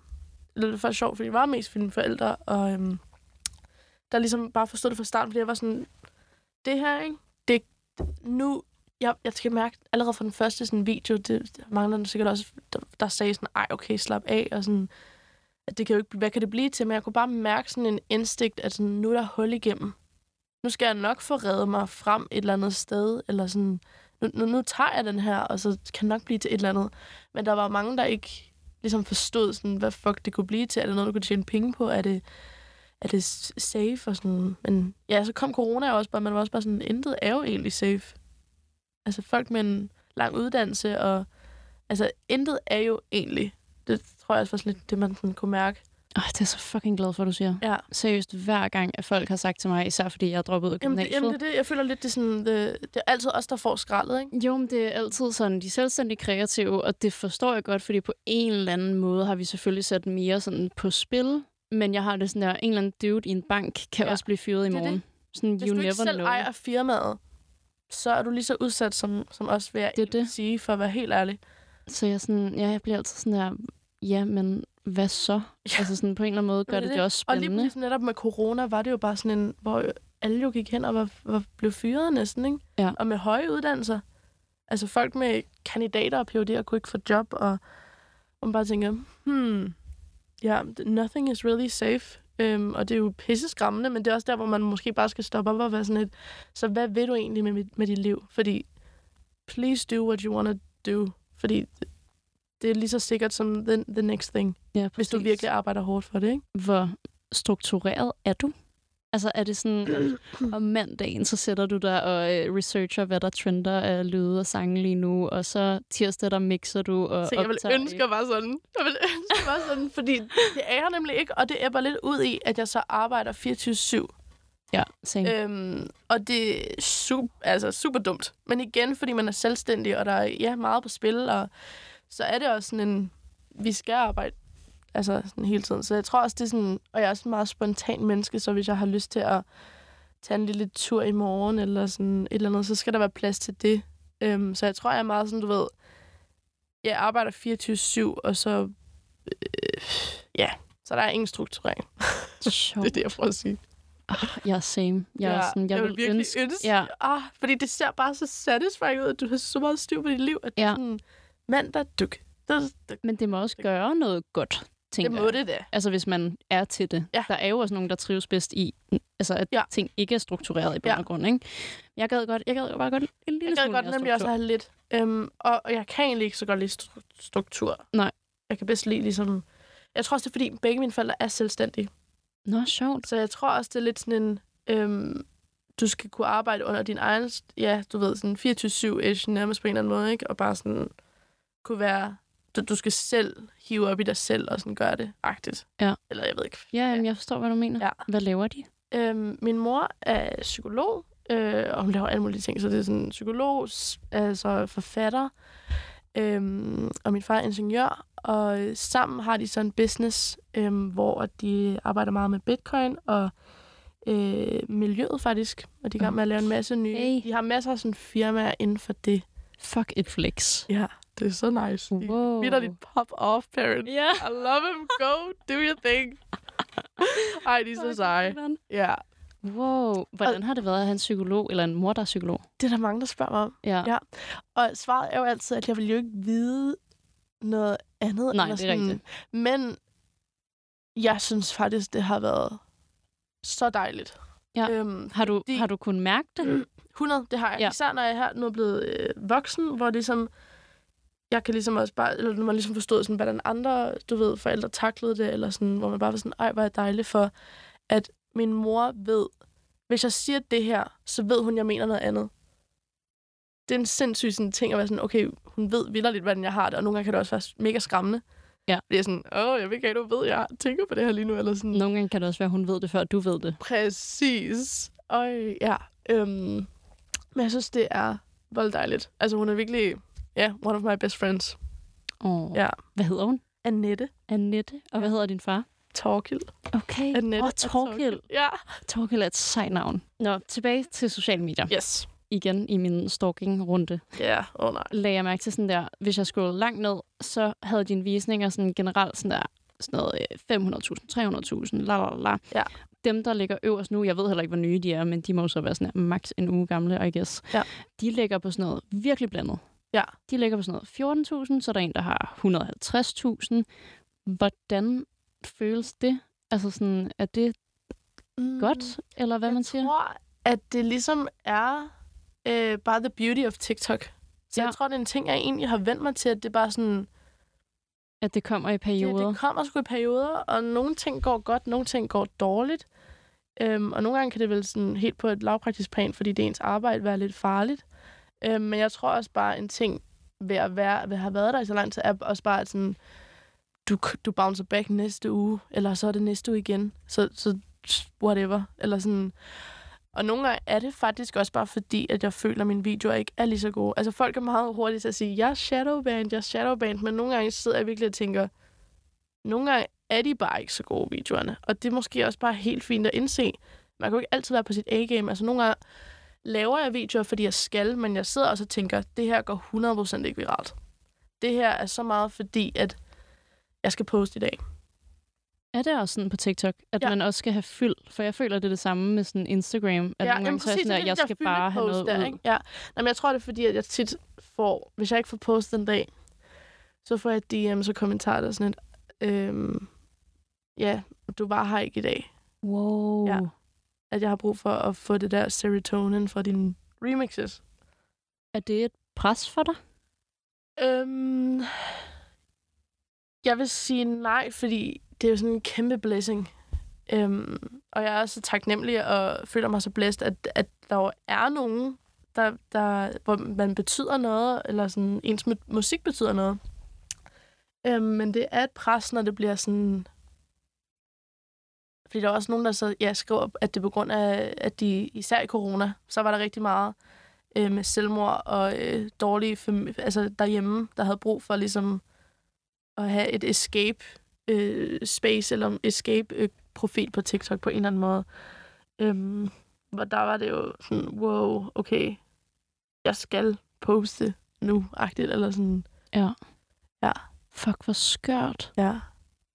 [SPEAKER 1] Det var faktisk sjovt, fordi jeg var mest for mine forældre. Og øhm, der ligesom bare forstod det fra starten, fordi jeg var sådan, det her, ikke? Det, nu, jeg, jeg skal mærke, allerede fra den første sådan, video, det, der mangler den sikkert også, der, der sagde sådan, ej, okay, slap af, og sådan, at det kan jo ikke, hvad kan det blive til? Men jeg kunne bare mærke sådan en instinkt, at sådan, nu er der hul igennem nu skal jeg nok få reddet mig frem et eller andet sted, eller sådan, nu, nu, nu tager jeg den her, og så kan det nok blive til et eller andet. Men der var mange, der ikke ligesom forstod, sådan, hvad fuck det kunne blive til. Er det noget, du kunne tjene penge på? Er det, er det s- safe? Og sådan. Men ja, så kom corona jo også bare, man var også bare sådan, intet er jo egentlig safe. Altså folk med en lang uddannelse, og altså intet er jo egentlig. Det tror jeg også var sådan lidt det, man sådan kunne mærke.
[SPEAKER 10] Åh, det er jeg så fucking glad for, du siger.
[SPEAKER 1] Ja.
[SPEAKER 10] Seriøst, hver gang, at folk har sagt til mig, især fordi jeg er droppet ud af
[SPEAKER 1] Jamen, det,
[SPEAKER 10] gymnasiet.
[SPEAKER 1] jamen, det er det. Jeg føler lidt, det er, sådan, det, det er altid os, der får skraldet, ikke?
[SPEAKER 10] Jo, men det er altid sådan, de er selvstændig kreative, og det forstår jeg godt, fordi på en eller anden måde har vi selvfølgelig sat mere sådan på spil, men jeg har det sådan der, en eller anden dude i en bank
[SPEAKER 1] Ja,
[SPEAKER 10] kan ja. også blive fyret i
[SPEAKER 1] det er
[SPEAKER 10] morgen. Sådan,
[SPEAKER 1] Hvis
[SPEAKER 10] you
[SPEAKER 1] du ikke
[SPEAKER 10] never
[SPEAKER 1] selv
[SPEAKER 10] know.
[SPEAKER 1] ejer firmaet, så er du lige så udsat som, som os, vil jeg
[SPEAKER 10] Det er det.
[SPEAKER 1] sige, for at være helt ærlig.
[SPEAKER 10] Så jeg, sådan, ja, jeg bliver altid sådan der, ja, men hvad så? Ja. Altså sådan på en eller anden måde gør
[SPEAKER 1] er
[SPEAKER 10] det, det,
[SPEAKER 1] det.
[SPEAKER 10] også
[SPEAKER 1] Og lige
[SPEAKER 10] spændende.
[SPEAKER 1] præcis netop med corona var det jo bare sådan en, hvor alle jo gik hen og var, var blev fyret næsten, ikke?
[SPEAKER 10] Ja.
[SPEAKER 1] Og med høje uddannelser. Altså folk med kandidater og PhD'er kunne ikke få job, og og man bare tænker, hmm, ja, yeah, nothing is really safe. Øhm, og det er jo pisse skræmmende, men det er også der, hvor man måske bare skal stoppe op og være sådan lidt, så hvad vil du egentlig med, mit, med dit liv? Fordi, please do what you want to do. Fordi det er lige så sikkert som the, the next thing,
[SPEAKER 10] Ja,
[SPEAKER 1] hvis du
[SPEAKER 10] præcis.
[SPEAKER 1] virkelig arbejder hårdt for det, ikke?
[SPEAKER 10] hvor struktureret er du? Altså er det sådan, at om mandagen, så sætter du dig og øh, researcher, hvad der trender af lyde og sange lige nu, og så tirsdag, der mixer du og
[SPEAKER 1] Så jeg vil
[SPEAKER 10] optager i-
[SPEAKER 1] ønske at være sådan. Jeg vil ønske at være sådan, fordi det er jeg nemlig ikke, og det æbber lidt ud i, at jeg så arbejder 24-7.
[SPEAKER 10] Ja, same. Øh.
[SPEAKER 1] Øhm, og det er super, altså super dumt. Men igen, fordi man er selvstændig, og der er ja, meget på spil, og så er det også sådan en, vi skal arbejde altså sådan hele tiden. Så jeg tror også, det er sådan, og jeg er også en meget spontan menneske, så hvis jeg har lyst til at tage en lille tur i morgen, eller sådan et eller andet, så skal der være plads til det. Øhm, så jeg tror, jeg er meget sådan, du ved, jeg arbejder 24-7, og så, øh, ja, så der er ingen strukturering.
[SPEAKER 10] Sjovt.
[SPEAKER 1] Det er det, jeg prøver at sige.
[SPEAKER 10] Jeg er same. Jeg, ja, er sådan, jeg,
[SPEAKER 1] jeg vil virkelig ønske, ønske.
[SPEAKER 10] Ja,
[SPEAKER 1] Ah, fordi det ser bare så satisfying ud, at du har så meget styr på dit liv, at ja. du
[SPEAKER 10] Ja.
[SPEAKER 1] er sådan, mandag, duk. Det, det,
[SPEAKER 10] men det må også gøre noget godt, tænker
[SPEAKER 1] det må
[SPEAKER 10] jeg.
[SPEAKER 1] det da.
[SPEAKER 10] Altså hvis man er til det.
[SPEAKER 1] Ja.
[SPEAKER 10] Der er jo også nogen, der trives bedst i, altså at
[SPEAKER 1] Ja.
[SPEAKER 10] ja. ting ikke er struktureret i bund
[SPEAKER 1] Ja.
[SPEAKER 10] og grund, ikke? Jeg gad godt, jeg gad bare godt en lille
[SPEAKER 1] Jeg
[SPEAKER 10] smule
[SPEAKER 1] kan godt
[SPEAKER 10] mere
[SPEAKER 1] nemlig også
[SPEAKER 10] struktur.
[SPEAKER 1] have lidt. Øhm, og, og jeg kan egentlig ikke så godt lide stru- struktur.
[SPEAKER 10] Nej.
[SPEAKER 1] Jeg kan bedst lide ligesom... Jeg tror også, det er fordi, begge mine forældre er selvstændige.
[SPEAKER 10] Nå, sjovt.
[SPEAKER 1] Så jeg tror også, det er lidt sådan en... Øhm, du skal kunne arbejde under din egen... Ja, du ved, sådan 24-7-ish nærmest på en eller anden måde, ikke? Og bare sådan kunne være... Du, du skal selv hive op i dig selv og sådan gøre det agtigt.
[SPEAKER 10] Ja.
[SPEAKER 1] Eller jeg ved ikke.
[SPEAKER 10] Ja, jamen, jeg forstår, hvad du mener.
[SPEAKER 1] Ja.
[SPEAKER 10] Hvad laver de?
[SPEAKER 1] Øhm, min mor er psykolog, øh, og hun laver alle mulige ting, så det er sådan psykolog, s- altså forfatter, øhm, og min far er ingeniør, og øh, sammen har de så en business, øhm, hvor at de arbejder meget med bitcoin og øh, miljøet faktisk, og de er i gang med at lave en masse nye.
[SPEAKER 10] Hey.
[SPEAKER 1] De har masser af sådan firmaer inden for det.
[SPEAKER 10] Fuck et flex.
[SPEAKER 1] Ja, det er så nice. De
[SPEAKER 10] Wow.
[SPEAKER 1] er lidt pop-off parent.
[SPEAKER 10] Ja.
[SPEAKER 1] I love him. Go, do your thing. Ej, de er så seje. Ja.
[SPEAKER 10] Wow. Hvordan har det været at have en psykolog, eller en mor, der er psykolog?
[SPEAKER 1] Det er der mange, der spørger mig om.
[SPEAKER 10] Ja.
[SPEAKER 1] Ja. Og svaret er jo altid, at jeg vil jo ikke vide noget andet.
[SPEAKER 10] Nej,
[SPEAKER 1] eller
[SPEAKER 10] det er rigtigt.
[SPEAKER 1] Men jeg synes faktisk, det har været så dejligt.
[SPEAKER 10] Ja.
[SPEAKER 1] Øhm,
[SPEAKER 10] Har du,
[SPEAKER 1] De-
[SPEAKER 10] har du kunnet mærke det?
[SPEAKER 1] 100, det har jeg. Ja.
[SPEAKER 10] Ja.
[SPEAKER 1] Især når jeg her nu er blevet øh, voksen, hvor ligesom, jeg kan ligesom også bare, eller når man ligesom forstod, sådan, hvordan andre, du ved, forældre taklede det, eller sådan, hvor man bare var sådan, ej, hvor er jeg dejlig for, at min mor ved, hvis jeg siger det her, så ved hun, jeg mener noget andet. Det er en sindssyg sådan, ting at være sådan, okay, hun ved vildt hvordan jeg har det, og nogle gange kan det også være mega skræmmende.
[SPEAKER 10] Ja.
[SPEAKER 1] Fordi jeg er sådan, åh, jeg ved ikke, du ved, jeg tænker på det her lige nu, eller sådan.
[SPEAKER 10] Nogle gange kan det også være, at hun ved det, før du ved det.
[SPEAKER 1] Præcis. Og ja, øhm, men jeg synes, det er voldt dejligt. Altså, hun er virkelig, ja, yeah, one of my best friends.
[SPEAKER 10] Oh.
[SPEAKER 1] Ja.
[SPEAKER 10] Hvad hedder hun?
[SPEAKER 1] Annette
[SPEAKER 10] Annette. Og hvad hedder din far?
[SPEAKER 1] Torkild.
[SPEAKER 10] Okay.
[SPEAKER 1] Annette
[SPEAKER 10] og Torkild.
[SPEAKER 1] Ja.
[SPEAKER 10] Torkild er et sejt navn. Nå, tilbage til sociale medier.
[SPEAKER 1] Yes.
[SPEAKER 10] Igen i min stalking-runde.
[SPEAKER 1] Ja, yeah. åh oh, nej.
[SPEAKER 10] lagde jeg mærke til sådan der, hvis jeg skulle langt ned, så havde dine visninger sådan generelt sådan der, sådan noget øh, 500.000, 300.000, la la la.
[SPEAKER 1] Ja.
[SPEAKER 10] Dem, der ligger øverst nu, jeg ved heller ikke, hvor nye de er, men de må jo så være sådan her, max en uge gamle, I guess.
[SPEAKER 1] Ja.
[SPEAKER 10] De ligger på sådan noget virkelig blandet.
[SPEAKER 1] Ja.
[SPEAKER 10] De ligger på sådan noget 14.000, så er der en, der har 150.000. Hvordan føles det? Altså sådan, er det
[SPEAKER 1] Mm.
[SPEAKER 10] godt, eller hvad
[SPEAKER 1] jeg
[SPEAKER 10] man siger?
[SPEAKER 1] tror, at det ligesom er øh, bare the beauty of TikTok. Så ja.
[SPEAKER 10] Ja.
[SPEAKER 1] jeg tror, det er en ting, jeg egentlig har vendt mig til, at det er bare sådan,
[SPEAKER 10] At det kommer i
[SPEAKER 1] Det,
[SPEAKER 10] perioder?
[SPEAKER 1] det kommer sgu i perioder, og nogle ting går godt, nogle ting går dårligt. Øhm, og nogle gange kan det vel sådan helt på et lavpraktisk plan, fordi det er ens arbejde være lidt farligt. Øhm, men jeg tror også bare, en ting ved at, være, ved at have været der i så lang tid, er også bare at sådan, du, du bouncer back næste uge, eller så er det næste uge igen. Så, så whatever. Eller sådan. Og nogle gange er det faktisk også bare fordi, at jeg føler, at mine videoer ikke er lige så gode. Altså folk er meget hurtige til at sige, jeg er shadowband, jeg er shadowband, men nogle gange sidder jeg virkelig og tænker, nogle gange er de bare ikke så gode, videoerne. Og det er måske også bare helt fint at indse. Man kan jo ikke altid være på sit A-game. Altså nogle gange laver jeg videoer, fordi jeg skal, men jeg sidder også og tænker, det her går 100% ikke viralt. Det her er så meget fordi, at jeg skal poste i dag.
[SPEAKER 10] Er det også sådan på TikTok, at
[SPEAKER 1] Ja.
[SPEAKER 10] ja. man også skal have fyld? For jeg føler, det er det samme med sådan Instagram. At nogle gange så er jeg
[SPEAKER 1] det
[SPEAKER 10] sådan,
[SPEAKER 1] er
[SPEAKER 10] at jeg
[SPEAKER 1] det der
[SPEAKER 10] skal bare have noget
[SPEAKER 1] fyldepost
[SPEAKER 10] ud.
[SPEAKER 1] Ikke? Ja. Nå, men jeg tror, det er fordi, at jeg tit får, hvis jeg ikke får postet en dag, så får jeg DM's og kommentarer der er sådan et, øhm, ja, du var her ikke i dag.
[SPEAKER 10] Wow.
[SPEAKER 1] Ja. At jeg har brug for at få det der serotonin fra dine remixes.
[SPEAKER 10] Er det et pres for dig?
[SPEAKER 1] Øhm, jeg vil sige nej, fordi det er jo sådan en kæmpe blessing. Øhm, og jeg er så taknemmelig og føler mig så blæst, at, at der jo er nogen, der, der, hvor man betyder noget, eller sådan, ens mu- musik betyder noget. Øhm, men det er et pres, når det bliver sådan... Fordi der er også nogen, der så, ja, skriver, at det er på grund af, at de, især i corona, så var der rigtig meget øh, med selvmord og øh, dårlige fam- altså derhjemme, der havde brug for ligesom at have et escape øh, space eller escape øh, profil på TikTok på en eller anden måde. Øhm, hvor der var det jo sådan, wow, okay, jeg skal poste nu-agtigt, eller sådan,
[SPEAKER 10] Fuck, hvor skørt.
[SPEAKER 1] ja.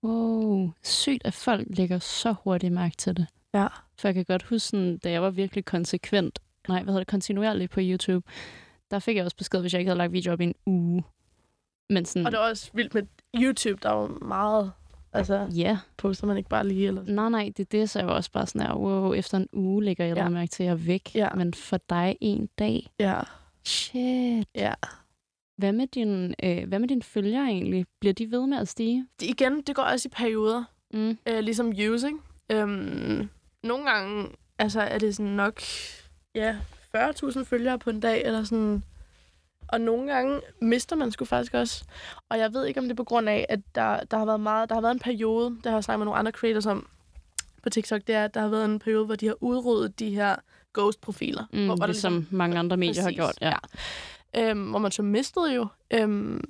[SPEAKER 10] Wow. Sygt, at folk lægger så hurtigt mærke til det.
[SPEAKER 1] Ja.
[SPEAKER 10] For jeg kan godt huske, sådan, da jeg var virkelig konsekvent, nej, hvad hedder det, kontinuerligt på YouTube, der fik jeg også besked, hvis jeg ikke havde lagt video op i en uge. Men sådan,
[SPEAKER 1] Og det var også vildt med YouTube, der var meget, altså,
[SPEAKER 10] ja,
[SPEAKER 1] poster man ikke bare lige, eller
[SPEAKER 10] nej, nej, det er det, så jeg var også bare sådan her, wow, efter en uge lægger jeg
[SPEAKER 1] Ja.
[SPEAKER 10] ja. mærke til, at jeg er væk.
[SPEAKER 1] Ja.
[SPEAKER 10] Men for dig en dag,
[SPEAKER 1] ja.
[SPEAKER 10] shit.
[SPEAKER 1] Ja.
[SPEAKER 10] Hvad med, din, øh, hvad med dine følgere egentlig? Bliver de ved med at stige?
[SPEAKER 1] Det, igen, det går også i perioder.
[SPEAKER 10] Mm.
[SPEAKER 1] øh, ligesom views, ikke? Øhm, nogle gange altså, er det sådan nok ja, 40.000 følgere på en dag, eller sådan. Og nogle gange mister man sgu faktisk også. Og jeg ved ikke, om det er på grund af, at der, der har været meget, der har været en periode, det har jeg snakket med nogle andre creators om på TikTok, det er, at der har været en periode, hvor de har udryddet de her ghost-profiler.
[SPEAKER 10] Mm,
[SPEAKER 1] hvor, hvor
[SPEAKER 10] ligesom,
[SPEAKER 1] der ligesom
[SPEAKER 10] ligesom mange andre medier har
[SPEAKER 1] Præcis,
[SPEAKER 10] gjort.
[SPEAKER 1] ja. øhm, hvor man så mistede jo. Øhm,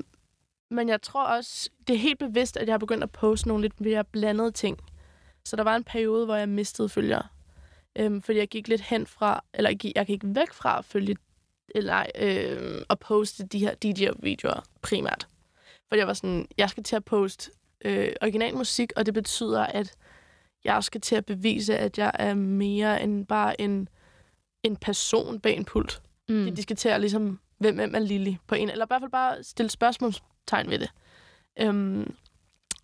[SPEAKER 1] men jeg tror også, det er helt bevidst, at jeg har begyndt at poste nogle lidt mere blandede ting. Så der var en periode, hvor jeg mistede følgere. Øhm, fordi jeg gik lidt hen fra, eller jeg gik, jeg gik væk fra at følge, eller øhm, at poste de her DJ-videoer primært. Fordi jeg var sådan, jeg skal til at poste øh, original musik, og det betyder, at jeg skal til at bevise, at jeg er mere end bare en, en person bag en pult
[SPEAKER 10] Mm.
[SPEAKER 1] de diskuterer ligesom, hvem, hvem er Lili på en, eller i hvert fald bare stille spørgsmålstegn ved det. Øhm,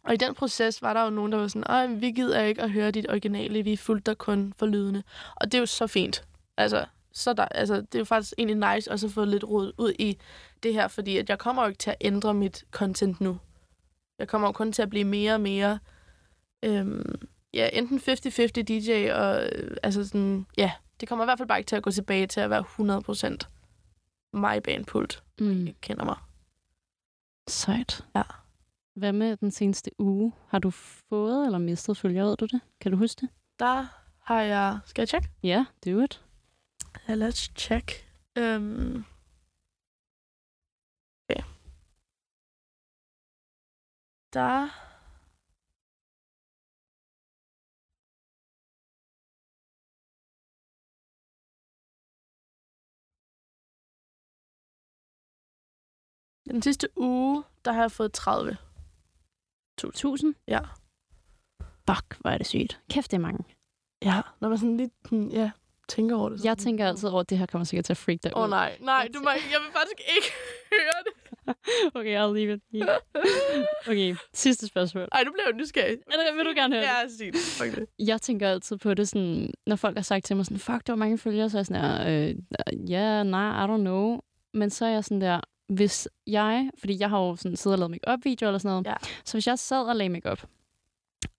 [SPEAKER 1] og i den proces var der jo nogen, der var sådan, Ej, men vi gider ikke at høre dit originale, vi fulgte dig kun for lydene. Og det er jo så fint. Altså, så der, altså, det er jo faktisk egentlig nice også at få lidt rod ud i det her, fordi at jeg kommer jo ikke til at ændre mit content nu. Jeg kommer jo kun til at blive mere og mere, øhm, ja, enten 50-50 DJ, og øh, altså sådan, ja, det kommer i hvert fald bare ikke til at gå tilbage til at være 100% mig bag en pult.
[SPEAKER 10] Mm.
[SPEAKER 1] Jeg kender mig.
[SPEAKER 10] Sejt.
[SPEAKER 1] Ja.
[SPEAKER 10] Hvad med den seneste uge? Har du fået eller mistet følgere? Ved du det? Kan du huske det?
[SPEAKER 1] Der har jeg... Skal jeg tjekke?
[SPEAKER 10] Ja, do it.
[SPEAKER 1] Ja, let's check. Øhm. Okay. Der... Den sidste uge, der har jeg fået 30.
[SPEAKER 10] 2000?
[SPEAKER 1] Ja.
[SPEAKER 10] Fuck, hvor er det sygt. Kæft, det er mange.
[SPEAKER 1] Ja, når man sådan lidt sådan, ja, tænker over det. så
[SPEAKER 10] Jeg
[SPEAKER 1] sådan, hmm.
[SPEAKER 10] tænker altså altid over, at det her kommer sikkert til at freak dig
[SPEAKER 1] Åh
[SPEAKER 10] ud.
[SPEAKER 1] oh, nej, nej, du må, ikke- jeg vil faktisk ikke høre det.
[SPEAKER 10] Okay, I'll leave it. Yeah. Okay, sidste spørgsmål.
[SPEAKER 1] Ej, du bliver jo nysgerrig.
[SPEAKER 10] Eller vil du gerne høre det?
[SPEAKER 1] Ja, sig det. Fuck det.
[SPEAKER 10] Jeg tænker altid på det sådan, når folk har sagt til mig sådan, fuck, der var mange følgere, så er jeg sådan der, øh, ja, nej, I don't know. Men så er jeg sådan der, hvis jeg, fordi jeg har jo sådan siddet og lavet make-up videoer eller sådan noget,
[SPEAKER 1] Ja.
[SPEAKER 10] så hvis jeg sad og lagde make-up,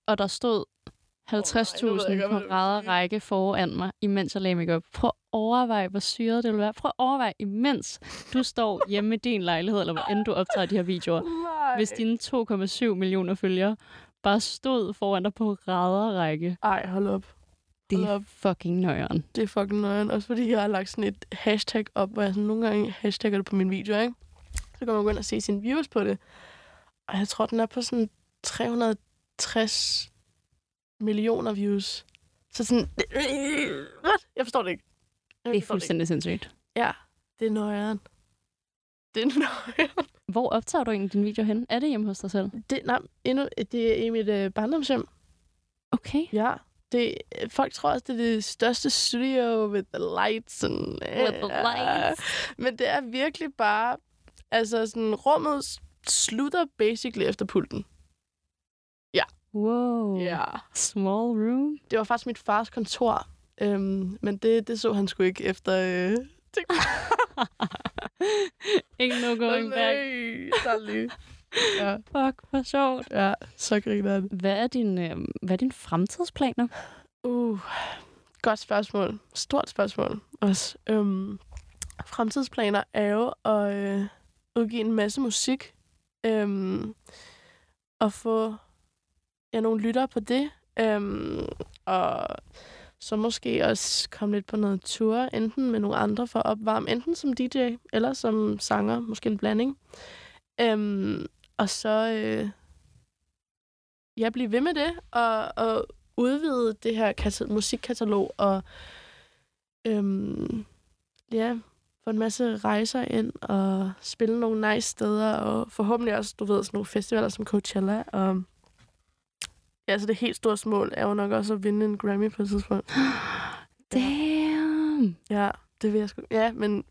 [SPEAKER 10] og der stod 50.000 på ræd og række foran mig, imens jeg lagde mig op. Prøv at overveje, hvor syret det vil være. Prøv at overveje, imens du står hjemme i din lejlighed, eller hvor end du optager de her videoer,
[SPEAKER 1] Nej.
[SPEAKER 10] hvis dine 2,7 millioner følgere bare stod foran dig på ræd og række.
[SPEAKER 1] Ej, hold op.
[SPEAKER 10] Det
[SPEAKER 1] Hold
[SPEAKER 10] er
[SPEAKER 1] op.
[SPEAKER 10] fucking nøjeren.
[SPEAKER 1] Det er fucking nøjeren. Også fordi jeg har lagt sådan et hashtag op, hvor jeg sådan nogle gange hashtagger det på min video, ikke? Så kan man gå ind og se sine views på det. Og jeg tror, den er på sådan 360 millioner views. Så sådan... What? Jeg forstår det ikke. Jeg
[SPEAKER 10] Det
[SPEAKER 1] forstår
[SPEAKER 10] er
[SPEAKER 1] ikke.
[SPEAKER 10] fuldstændig sindssygt.
[SPEAKER 1] Ja, det er nøjeren. Det er nøjeren.
[SPEAKER 10] Hvor optager du egentlig din video hen? Er det hjemme hos dig selv?
[SPEAKER 1] Det, nej, endnu, det er i mit øh, barndomshjem.
[SPEAKER 10] Okay.
[SPEAKER 1] Ja. Det, øh, folk tror også, det er det største studio with the lights. And, øh,
[SPEAKER 10] With the lights.
[SPEAKER 1] Men det er virkelig bare... Altså, sådan, rummet s- slutter basically efter pulten.
[SPEAKER 10] Wow. Small room.
[SPEAKER 1] Det var faktisk mit fars kontor. Øhm, men det, det så han sgu ikke efter... Øh,
[SPEAKER 10] Ain't no going back.
[SPEAKER 1] Sorry. ja,
[SPEAKER 10] Fuck, hvor sjovt.
[SPEAKER 1] ja, så griner han.
[SPEAKER 10] Hvad er, din, øh, hvad er dine fremtidsplaner?
[SPEAKER 1] Uh, godt spørgsmål. Stort spørgsmål også. Øhm, fremtidsplaner er jo at øh, udgive en masse musik, øhm, og få ja, nogle lyttere på det, øhm, og så måske også komme lidt på noget tour, enten med nogle andre for at opvarme, enten som DJ eller som sanger, måske en blanding. Øhm, og så øh, ja, blive ved med det, og, og udvide det her kata- musikkatalog og øhm, ja, få en masse rejser ind og spille nogle nice steder og forhåbentlig også, du ved, sådan nogle festivaler som Coachella og ja, så det helt store mål er jo nok også at vinde en Grammy på et tidspunkt.
[SPEAKER 10] Damn.
[SPEAKER 1] Ja, det vil jeg sgu. Ja, men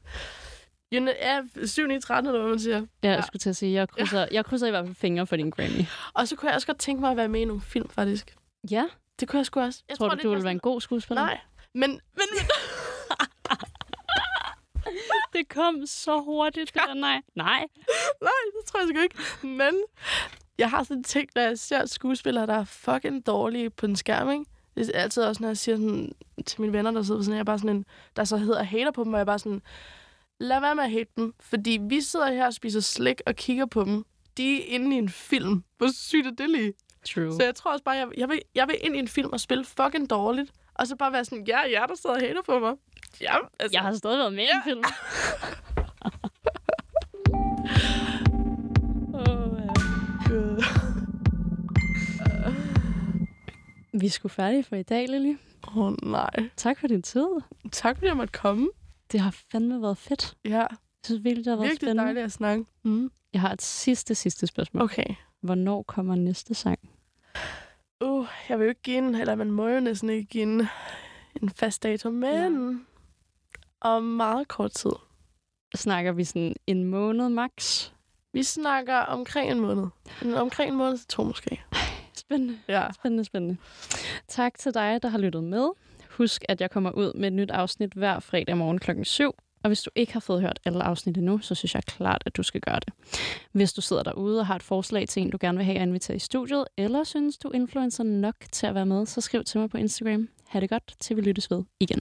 [SPEAKER 1] you know, ja, 7 9, 13, eller hvad man siger.
[SPEAKER 10] Ja,
[SPEAKER 1] Ja.
[SPEAKER 10] jeg skulle til at sige, jeg krydser, jeg krydser i hvert fald fingre for din Grammy.
[SPEAKER 1] Og så kunne jeg også godt tænke mig at være med i nogle film, faktisk.
[SPEAKER 10] Ja,
[SPEAKER 1] Det kunne jeg sgu også. Jeg
[SPEAKER 10] tror, tror du,
[SPEAKER 1] det
[SPEAKER 10] du
[SPEAKER 1] bliver
[SPEAKER 10] ville være en god skuespiller?
[SPEAKER 1] sådan- Nej, men, men, men
[SPEAKER 10] Det kom så hurtigt, det der nej. Nej.
[SPEAKER 1] Nej, det tror jeg sgu ikke. Men jeg har sådan ting, når jeg ser skuespillere, der er fucking dårlige på en skærm, ikke? Det er altid også, når jeg siger sådan, til mine venner, der sidder på sådan, jeg er bare sådan en, der så hedder hater på dem, og jeg er bare sådan, lad være med at hate dem, fordi vi sidder her og spiser slik og kigger på dem. De er inde i en film. Hvor sygt er det lige?
[SPEAKER 10] True.
[SPEAKER 1] Så jeg tror også bare, jeg, jeg, vil, jeg vil ind i en film og spille fucking dårligt, og så bare være sådan, ja, jeg der sidder og hater på mig. Ja, altså,
[SPEAKER 10] Jeg har stadig været med i en film. Åh, ja. Vi er sgu færdige for i dag, Lili.
[SPEAKER 1] Åh oh, nej.
[SPEAKER 10] Tak for din tid.
[SPEAKER 1] Tak fordi jeg måtte komme.
[SPEAKER 10] Det har fandme været fedt.
[SPEAKER 1] Ja,
[SPEAKER 10] Jeg synes virkelig, det har været
[SPEAKER 1] virkelig
[SPEAKER 10] spændende.
[SPEAKER 1] dejligt at snakke. Mm.
[SPEAKER 10] Jeg har et sidste, sidste spørgsmål. Okay.
[SPEAKER 1] Okay.
[SPEAKER 10] Hvornår kommer næste sang?
[SPEAKER 1] Uh, jeg vil jo ikke give en, eller man må jo næsten ikke give en, en fast dato, men om meget kort tid.
[SPEAKER 10] Snakker vi sådan en måned max?
[SPEAKER 1] Vi snakker omkring en måned. En- Omkring en måned til to måske.
[SPEAKER 10] Spændende.
[SPEAKER 1] Ja.
[SPEAKER 10] Spændende, spændende. Tak til dig, der har lyttet med. Husk, at jeg kommer ud med et nyt afsnit hver fredag morgen kl. 7. Og hvis du ikke har fået hørt alle afsnit endnu, så synes jeg klart, at du skal gøre det. Hvis du sidder derude og har et forslag til en, du gerne vil have at invitere i studiet, eller synes du er influencer nok til at være med, så skriv til mig på Instagram. Ha' det godt, til vi lyttes ved igen.